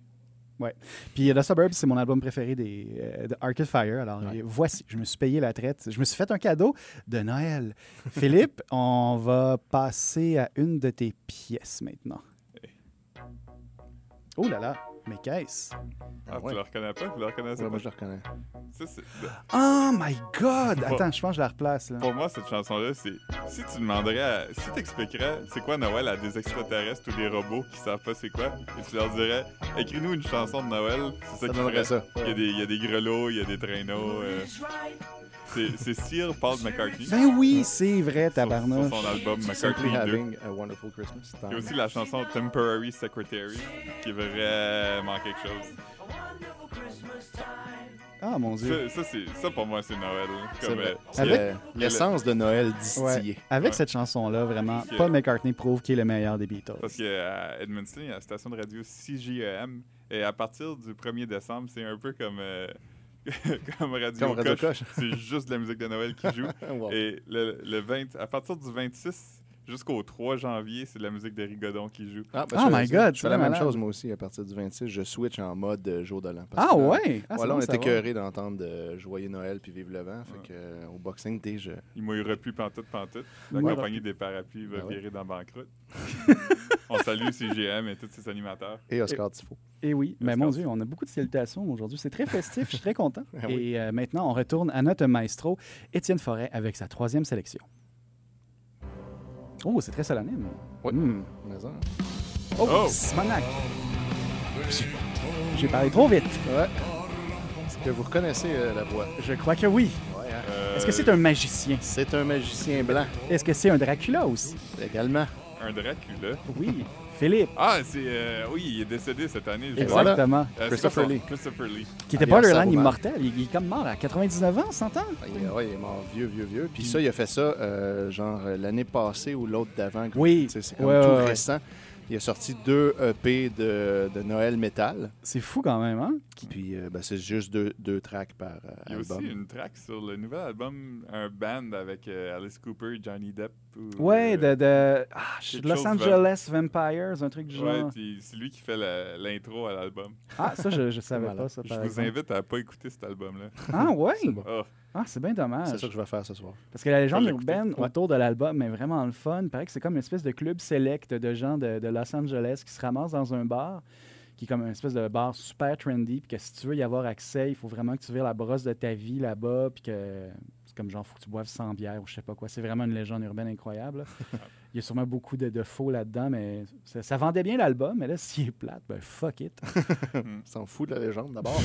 Speaker 2: Ouais. Puis euh, The Suburbs, c'est mon album préféré des, euh, de Arcade Fire. Alors,
Speaker 3: Ouais.
Speaker 2: et voici, je me suis payé la traite. Je me suis fait un cadeau de Noël. [LAUGHS] Philippe, on va passer à une de tes pièces maintenant. Oh là là, mais qu'est-ce?
Speaker 1: Ah,
Speaker 3: Ah ouais.
Speaker 1: tu la reconnais pas? Tu la reconnais
Speaker 3: Ouais,
Speaker 1: pas?
Speaker 3: moi, je le reconnais.
Speaker 1: Ça, c'est-
Speaker 2: Oh my God!
Speaker 1: Pas-
Speaker 2: Attends, Oh. je pense que je la replace. Là.
Speaker 1: Pour moi, cette chanson-là, c'est. Si tu demanderais à. Si t'expliquerais c'est quoi Noël à des extraterrestres ou des robots qui savent pas c'est quoi, et tu leur dirais écris-nous une chanson de Noël, c'est ça
Speaker 3: Ça
Speaker 1: qui ferait
Speaker 3: donnerait ça.
Speaker 1: Il y, a des, il y a des grelots, il y a des traîneaux. euh, C'est c'est Sir Paul McCartney. sur-
Speaker 2: Ben oui, c'est vrai,
Speaker 1: Sur,
Speaker 2: tabarnouche.
Speaker 1: son album
Speaker 3: Simply
Speaker 1: McCartney 2.
Speaker 3: Having a Wonderful Christmas.
Speaker 1: Il y a aussi la chanson Temporary Secretary, qui est vraiment quelque chose.
Speaker 2: Ah mon Dieu.
Speaker 1: Ça, ça, c'est- ça, pour moi, c'est Noël.
Speaker 3: C'est
Speaker 1: Comme,
Speaker 3: vrai.
Speaker 1: euh,
Speaker 3: C'est
Speaker 1: il y a-
Speaker 3: le-
Speaker 1: il y a le-
Speaker 3: l'essence de Noël distillée.
Speaker 2: Ouais. Avec
Speaker 1: Ouais.
Speaker 2: cette chanson-là, vraiment,
Speaker 1: Parce que-
Speaker 2: Paul McCartney prouve qu'il est le meilleur des Beatles.
Speaker 1: Parce qu'à Edmundston, il y a la station de radio CJEM. Et à partir du 1er décembre, c'est un peu comme, euh, [LAUGHS] comme Radio
Speaker 3: Comme Radio
Speaker 1: Coche.
Speaker 3: Coche.
Speaker 1: C'est juste de la musique de Noël qui joue.
Speaker 3: [LAUGHS] Wow.
Speaker 1: et le, le 20, à partir du 26 jusqu'au 3 janvier, c'est de la musique de Rigodon qui joue.
Speaker 3: Ah,
Speaker 2: Oh
Speaker 3: je-
Speaker 2: my
Speaker 3: je-
Speaker 2: God,
Speaker 3: Je
Speaker 2: c'est
Speaker 3: fais la même
Speaker 2: malade.
Speaker 3: chose, moi aussi, à partir du 26. Je switch en mode euh, jour de l'an. Parce
Speaker 2: Ah
Speaker 3: que, euh,
Speaker 2: ouais! Ah, c'est
Speaker 3: voilà,
Speaker 2: bon
Speaker 3: on
Speaker 2: à
Speaker 3: était
Speaker 2: savoir.
Speaker 3: écœurés d'entendre euh, Joyeux Noël puis Vive le vent. Fait que, euh, au Boxing Day, je,
Speaker 1: Il mouillera plus pantoute, pantoute. La
Speaker 2: Ouais.
Speaker 1: compagnie des parapluies va
Speaker 3: Ah ouais.
Speaker 1: virer dans banqueroute. [LAUGHS] On salue CJEM et tous ses animateurs.
Speaker 3: Et Oscar Tifo.
Speaker 2: Et Eh oui, mais
Speaker 1: Merci.
Speaker 2: mon Dieu, on a beaucoup de salutations aujourd'hui. C'est très festif, je suis très content.
Speaker 3: [LAUGHS] Ah oui.
Speaker 2: Et euh, maintenant, on retourne à notre maestro, Étienne Forêt, avec sa troisième sélection. Oh, c'est très solennel.
Speaker 3: Oui.
Speaker 2: Hmm.
Speaker 3: Mais ça,
Speaker 2: Oh,
Speaker 1: Oh!
Speaker 2: Simonac! J'ai parlé trop vite. Euh,
Speaker 3: Ouais. Est-ce que vous reconnaissez euh, la voix?
Speaker 2: Je crois que oui.
Speaker 3: Ouais, hein?
Speaker 1: Euh,
Speaker 2: Est-ce que c'est un magicien?
Speaker 3: C'est un magicien blanc
Speaker 2: Est-ce que c'est un Dracula aussi?
Speaker 3: également.
Speaker 1: Euh, un Dracula.
Speaker 2: Oui, Philippe,
Speaker 1: Ah, c'est. euh, oui, il est décédé cette année. je crois.
Speaker 3: Exact.
Speaker 2: exactement.
Speaker 1: Euh, c'est
Speaker 3: Christopher
Speaker 1: quoi son-
Speaker 3: Lee.
Speaker 1: Christopher Lee.
Speaker 2: Qui était
Speaker 3: Alias
Speaker 2: borderline
Speaker 3: Saruman.
Speaker 2: immortel. Il, il est comme mort à 99 ans, on s'entend?
Speaker 3: Il, est- ouais, il est mort vieux, vieux, vieux. Puis ça, il a fait ça, euh, genre, euh, l'année passée ou l'autre d'avant. comme-
Speaker 2: Oui.
Speaker 3: tu sais, C'est comme
Speaker 2: Ouais,
Speaker 3: tout
Speaker 2: ouais, ouais.
Speaker 3: récent. Il a sorti deux EP de, de Noël Metal.
Speaker 2: C'est fou quand même, hein?
Speaker 3: Puis euh, ben, c'est juste deux, deux tracks par euh,
Speaker 1: Il y a
Speaker 3: album.
Speaker 1: aussi une track sur le nouvel album, un band avec euh, Alice Cooper, Johnny Depp. ou-
Speaker 2: Ouais,
Speaker 1: euh,
Speaker 2: de, de ah, je-
Speaker 1: quelque chose
Speaker 2: Los
Speaker 1: de-
Speaker 2: Angeles Vampires, un truc du
Speaker 1: ouais,
Speaker 2: genre.
Speaker 1: puis c'est lui qui fait la- l'intro à l'album.
Speaker 2: Ah, ça, je, je savais
Speaker 3: Voilà.
Speaker 2: pas, ça,
Speaker 1: Je
Speaker 2: par
Speaker 1: vous
Speaker 2: exemple.
Speaker 1: invite à pas écouter cet album-là.
Speaker 2: Ah, ouais?
Speaker 1: Ah,
Speaker 2: Ah, c'est bien dommage.
Speaker 3: C'est ça que je vais faire ce soir.
Speaker 2: Parce que la légende
Speaker 1: Faut l'écouter.
Speaker 2: urbaine
Speaker 3: Ouais.
Speaker 2: autour de l'album est vraiment le fun. Il paraît que c'est comme une espèce de club select de gens de, de Los Angeles qui se ramassent dans un bar, qui est comme une espèce de bar super trendy, puis que si tu veux y avoir accès, il faut vraiment que tu vires la brosse de ta vie là-bas, puis que c'est comme genre, faut que tu boives 100 bières ou je sais pas quoi. C'est vraiment une légende urbaine
Speaker 3: [LAUGHS]
Speaker 2: incroyable. là. il y a sûrement beaucoup de, de faux là-dedans, mais ça, ça vendait bien l'album, mais là, [LAUGHS] s'il est plate, ben fuck it.
Speaker 1: Mm.
Speaker 3: On s'en fout de la légende d'abord.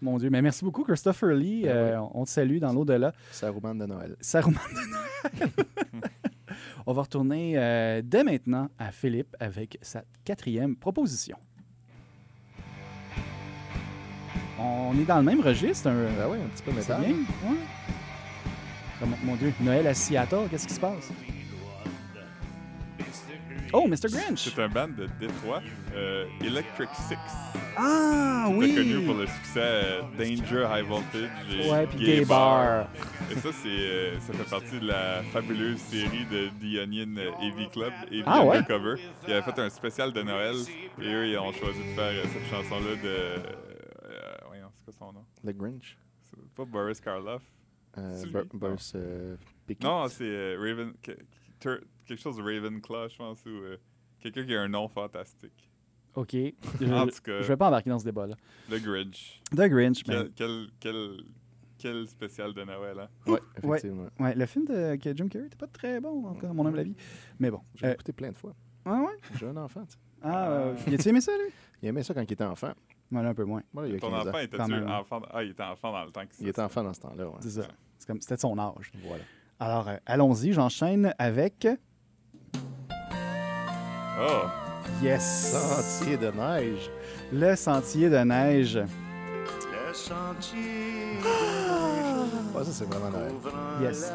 Speaker 2: Mon Dieu, mais merci beaucoup, Christopher Lee.
Speaker 3: Ben
Speaker 2: Euh, on- on te salue dans l'au-delà.
Speaker 3: Saruman de Noël.
Speaker 2: Saruman de Noël. On va retourner euh, dès maintenant à Philippe avec sa quatrième proposition. On est dans le même registre. un-
Speaker 3: Ah ouais, un petit peu
Speaker 2: C'est
Speaker 3: métal.
Speaker 2: bien, ouais. Comme- mon Dieu, Noël à Seattle, qu'est-ce qui se passe? Oh, Mr. Grinch!
Speaker 1: c'est un band de Détroit, euh, Electric Six.
Speaker 2: Ah,
Speaker 1: Très
Speaker 2: oui!
Speaker 1: connu pour le succès euh, Danger High Voltage et
Speaker 2: Ouais, puis Gay Bar.
Speaker 1: Et ça, c'est, euh, ça fait partie de la fabuleuse série de The Onion euh, Heavy Club, Heavy
Speaker 2: Ah ouais?
Speaker 1: Undercover. Ils avaient fait un spécial de Noël et eux, ils ont choisi de faire euh, cette chanson-là de. euh, voyons, c'est quoi son nom
Speaker 3: Le Grinch.
Speaker 1: C'est pas Boris Karloff.
Speaker 3: Euh,
Speaker 1: C'est lui.
Speaker 3: Bur- Burst euh, Pickett.
Speaker 1: Non, c'est euh, Raven. que- Tur- quelque chose de Ravenclaw, je pense, ou euh, quelqu'un qui a un nom fantastique.
Speaker 2: OK. Je,
Speaker 1: En tout cas.
Speaker 2: je vais pas embarquer dans ce débat-là.
Speaker 1: Le Grinch.
Speaker 2: The Grinch,
Speaker 3: Ben.
Speaker 2: mais-
Speaker 1: Quel, quel, quel, quel spécial de Noël, hein?
Speaker 3: Ouais, effectivement.
Speaker 2: Ouais, le film de que Jim Carrey était pas très bon, en tout cas, à mon humble avis. Mais bon.
Speaker 3: Mm-hmm. J'ai
Speaker 2: Euh,
Speaker 3: écouté plein de fois.
Speaker 2: ouais, ouais.
Speaker 3: J'ai un enfant. tu sais.
Speaker 2: Ah, euh, y a-tu aimé ça, lui?
Speaker 3: Il aimait ça quand il était enfant.
Speaker 2: Ouais, là, un peu moins.
Speaker 3: Voilà, il y a
Speaker 1: Ton
Speaker 3: 15 ans.
Speaker 1: enfant était
Speaker 2: Quand même.
Speaker 1: enfant. Ah, il était enfant dans le temps que
Speaker 3: Il était enfant dans ce temps-là. ouais.
Speaker 2: C'est ça. C'est comme- C'était de son âge.
Speaker 3: Voilà.
Speaker 2: Alors, euh, allons-y, j'enchaîne avec
Speaker 1: Oh!
Speaker 2: Yes,
Speaker 3: Sentier de neige.
Speaker 2: le sentier de neige.
Speaker 3: Ouais, Ah, ça, c'est vraiment Noël.
Speaker 2: Yes.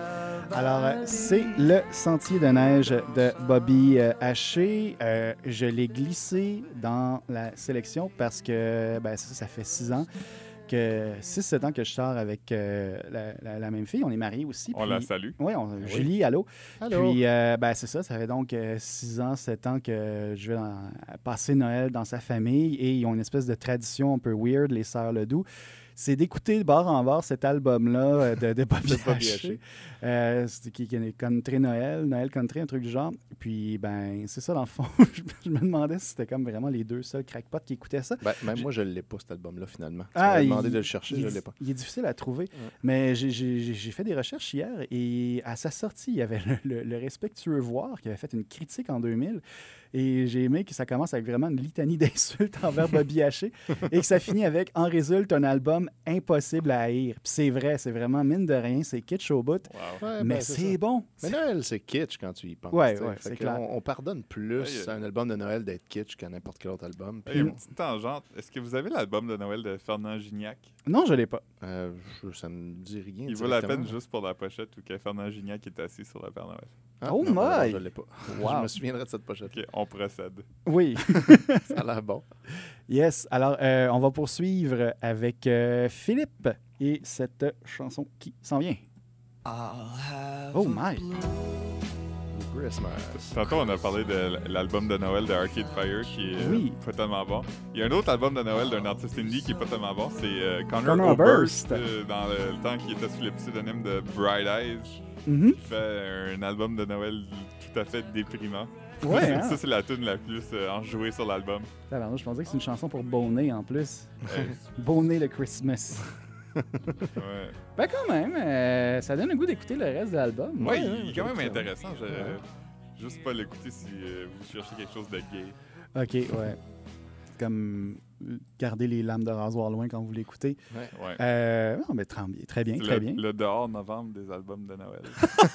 Speaker 2: Alors, euh, c'est le sentier de neige de Bobby euh, Haché. Euh, je l'ai glissé dans la sélection parce que ben, ça, ça fait six ans que 6-7 ans que je sors avec euh, la, la- la même fille. On est mariés aussi.
Speaker 1: On la salue.
Speaker 2: Oui, Julie, allô.
Speaker 3: Allô?
Speaker 2: Puis, euh, ben, c'est ça, ça fait donc 6 ans, 7 ans que je vais dans- passer Noël dans sa famille et ils ont une espèce de tradition un peu weird, les sœurs Ledoux. C'est d'écouter de bord en bord cet album-là euh, de, de Bobby
Speaker 3: De Bobby
Speaker 2: Haché,
Speaker 3: Haché.
Speaker 2: euh, c'est- qui, qui est Country Noël, Noël Country, un truc du genre. Puis, ben, c'est ça, dans le fond. [LAUGHS] je, me- je me demandais si c'était comme vraiment les deux seuls crackpots qui écoutaient ça.
Speaker 3: Ben, même moi, je ne l'ai pas, cet album-là, finalement. Tu
Speaker 2: Ah,
Speaker 3: m'avais demandé
Speaker 2: il-
Speaker 3: de le chercher,
Speaker 2: il
Speaker 3: je
Speaker 2: est
Speaker 3: ne l'ai
Speaker 2: di-
Speaker 3: pas.
Speaker 2: Il est difficile à trouver, mais j'ai- j'ai j'ai- j'ai fait des recherches hier et à sa sortie, il y avait le, le- le respectueux voir qui avait fait une critique en 2000 et j'ai aimé que ça commence avec vraiment une litanie [LAUGHS] d'insultes envers Bobby Haché et que ça finit avec « En résulte un album impossible à haïr ». Puis c'est vrai, c'est vraiment mine de rien, c'est kitsch au bout,
Speaker 1: Wow.
Speaker 3: Ouais, ben,
Speaker 2: mais
Speaker 3: c'est
Speaker 2: Eh c'est
Speaker 3: ça.
Speaker 2: bon.
Speaker 3: Mais Noël, c'est kitsch quand tu y penses.
Speaker 2: Ouais,
Speaker 3: tu sais.
Speaker 2: ouais,
Speaker 3: Fait
Speaker 2: c'est
Speaker 3: que
Speaker 2: clair.
Speaker 3: On, on pardonne plus
Speaker 1: Hey,
Speaker 3: à un album de Noël d'être kitsch qu'à n'importe quel autre album.
Speaker 1: Hey,
Speaker 3: Puis,
Speaker 1: une petite tangente. Est-ce que vous avez l'album de Noël de Fernand Gignac?
Speaker 2: Non, je l'ai pas.
Speaker 3: euh, je- ça me dit rien.
Speaker 1: Il vaut la
Speaker 3: directement.
Speaker 1: peine juste pour la pochette ou que Fernand Gignac est assis sur le Père Noël.
Speaker 3: Ah,
Speaker 2: Oh
Speaker 3: non,
Speaker 2: my!
Speaker 3: Je l'ai pas. [LAUGHS]
Speaker 2: Wow.
Speaker 3: Je me souviendrai de cette pochette.
Speaker 1: OK, on procède.
Speaker 2: Oui.
Speaker 3: Ça a l'air bon.
Speaker 2: [LAUGHS] Yes, alors euh, on va poursuivre avec euh, Philippe et cette chanson qui s'en vient. Oh my!
Speaker 1: [LAUGHS]
Speaker 3: Christmas.
Speaker 1: Tantôt, on a parlé de l- l'album de Noël de Arcade Fire qui est euh,
Speaker 2: Oui.
Speaker 1: pas tellement bon. Il y a un autre album de Noël d'un artiste indie qui est pas tellement bon. C'est euh, Connor,
Speaker 2: Connor
Speaker 1: Oberst,
Speaker 2: Oberst.
Speaker 1: euh, dans le temps qui était sous le pseudonyme de Bright Eyes.
Speaker 2: Mhm.
Speaker 1: Il fait un album de Noël tout à fait déprimant. [LAUGHS]
Speaker 2: Ouais,
Speaker 1: Ça,
Speaker 2: hein?
Speaker 1: Ça, c'est la tune la plus euh, enjouée sur l'album.
Speaker 2: [LAUGHS] Tabarnouche, je pensais que c'est une chanson pour Bonnet en plus. Bonnet de Christmas.
Speaker 1: Ouais.
Speaker 2: [LAUGHS] Ben quand même, euh, ça donne le goût d'écouter le reste de l'album.
Speaker 1: Ouais, il est quand même
Speaker 3: j'écoute ça.
Speaker 1: intéressant. Je... Juste pas l'écouter si euh, vous cherchez quelque chose de gay.
Speaker 2: Ok, ouais. C'est comme euh, garder les lames de rasoir loin quand vous l'écoutez.
Speaker 1: Ouais.
Speaker 2: Euh, non, mais très bien, très bien.
Speaker 1: Ah, le,
Speaker 2: Très bien.
Speaker 1: le dehors novembre des albums de Noël.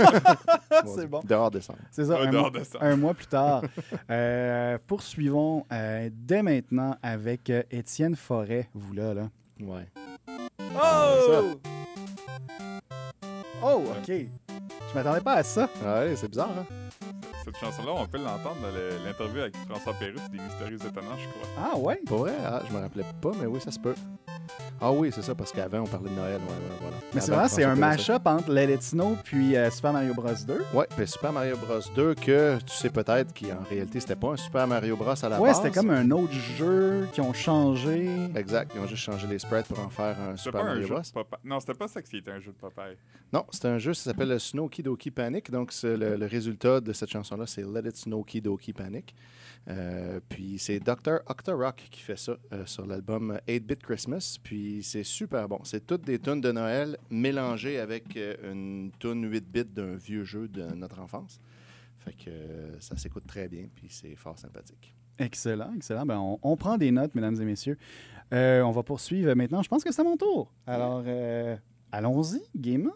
Speaker 2: Ah, c'est bon.
Speaker 3: Dehors décembre.
Speaker 2: C'est ça,
Speaker 1: le
Speaker 2: un
Speaker 1: dehors
Speaker 2: mois,
Speaker 1: décembre.
Speaker 2: un mois plus tard. Euh, poursuivons euh, dès maintenant avec euh, Étienne Forêt, vous là, là.
Speaker 3: Ouais.
Speaker 1: [LAUGHS]
Speaker 2: Oh! Oh, OK. Je m'attendais pas à ça.
Speaker 3: Ouais, c'est bizarre, hein?
Speaker 1: Cette chanson-là, on peut l'entendre dans le- l'interview avec François Pérusse des Mystérieux Étonnants, je crois.
Speaker 2: Ah ouais?
Speaker 3: Pour vrai? Ah, je me rappelais pas, mais oui, ça se peut. Ah oui, c'est ça, parce qu'avant, on parlait de Noël. Ouais, ouais, voilà.
Speaker 2: Mais c'est
Speaker 3: Avant,
Speaker 2: vrai, c'est
Speaker 3: François
Speaker 2: un
Speaker 3: Pérusse.
Speaker 2: mash-up entre Leletino puis euh, Super Mario Bros. 2.
Speaker 3: Ouais, puis Super Mario Bros. 2, que tu sais peut-être qu'en réalité, c'était pas un Super Mario Bros. à la
Speaker 2: Ouais,
Speaker 3: base.
Speaker 2: c'était comme un autre jeu qui ont changé.
Speaker 3: Exact, ils ont juste changé les sprites pour en faire un
Speaker 1: C'était
Speaker 3: Super
Speaker 1: pas un
Speaker 3: Mario
Speaker 1: jeu
Speaker 3: Bros.
Speaker 1: de Popeye. Non, c'était pas ça qui était un jeu de Popeye.
Speaker 3: Non, c'est un jeu, ça s'appelle Snow Doki Panic. Donc, c'est le, le résultat de cette chanson-là, c'est Let It Snow Doki Panic. Euh, puis c'est Dr. Octarock qui fait ça euh, sur l'album 8-Bit Christmas. Puis c'est super bon. C'est toutes des tunes de Noël mélangées avec euh, une tune 8-bit d'un vieux jeu de notre enfance. Fait que euh, ça s'écoute très bien, puis c'est fort sympathique.
Speaker 2: Excellent, excellent. Ben, on, on prend des notes, mesdames et messieurs. Euh, on va poursuivre maintenant. Je pense que c'est à mon tour. Alors, euh, allons-y, gaiement.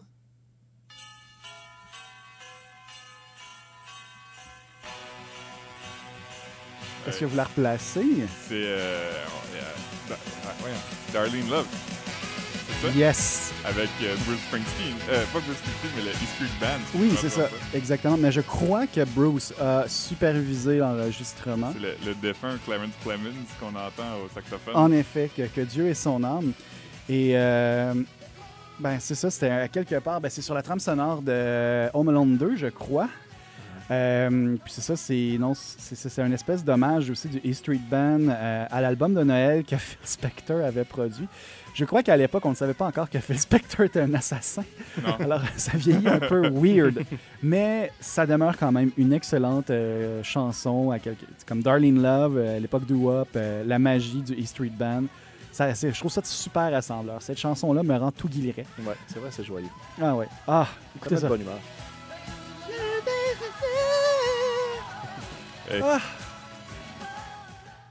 Speaker 2: Est-ce que vous la replacez?
Speaker 1: C'est. euh, on est à- Da- ah, voyons. Darlene Love. C'est ça?
Speaker 2: Yes!
Speaker 1: Avec euh, Bruce Springsteen. Euh, pas Bruce Springsteen, mais le E Street Band. si je
Speaker 2: Oui,
Speaker 1: me
Speaker 2: c'est ça,
Speaker 1: trompe pas.
Speaker 2: exactement. Mais je crois que Bruce a supervisé l'enregistrement.
Speaker 1: C'est le, le défunt Clarence Clemens qu'on entend au saxophone.
Speaker 2: En effet, que, que Dieu ait son âme. Et euh, ben c'est ça, c'était à quelque part, ben, c'est sur la trame sonore de Home Alone 2, je crois. Euh, puis c'est ça, c'est non, c'est, c'est- c'est un espèce d'hommage aussi du E Street Band euh, à l'album de Noël que [LAUGHS] Phil Spector avait produit. Je crois qu'à l'époque, on ne savait pas encore que Phil Spector était un assassin.
Speaker 1: Non.
Speaker 2: Alors, [LAUGHS] ça vieillit un peu weird. Mais ça demeure quand même une excellente euh, chanson, à quelque- comme Darling Love, euh, l'époque du Wop, la magie du E Street Band. Ça, c'est- je trouve ça super rassembleur. Cette chanson-là me rend tout guilleret.
Speaker 3: Ouais, c'est vrai, c'est joyeux.
Speaker 2: Ah ouais. Ah,
Speaker 3: Ça
Speaker 2: écoutez
Speaker 3: met de
Speaker 2: ça.
Speaker 3: bonne humeur.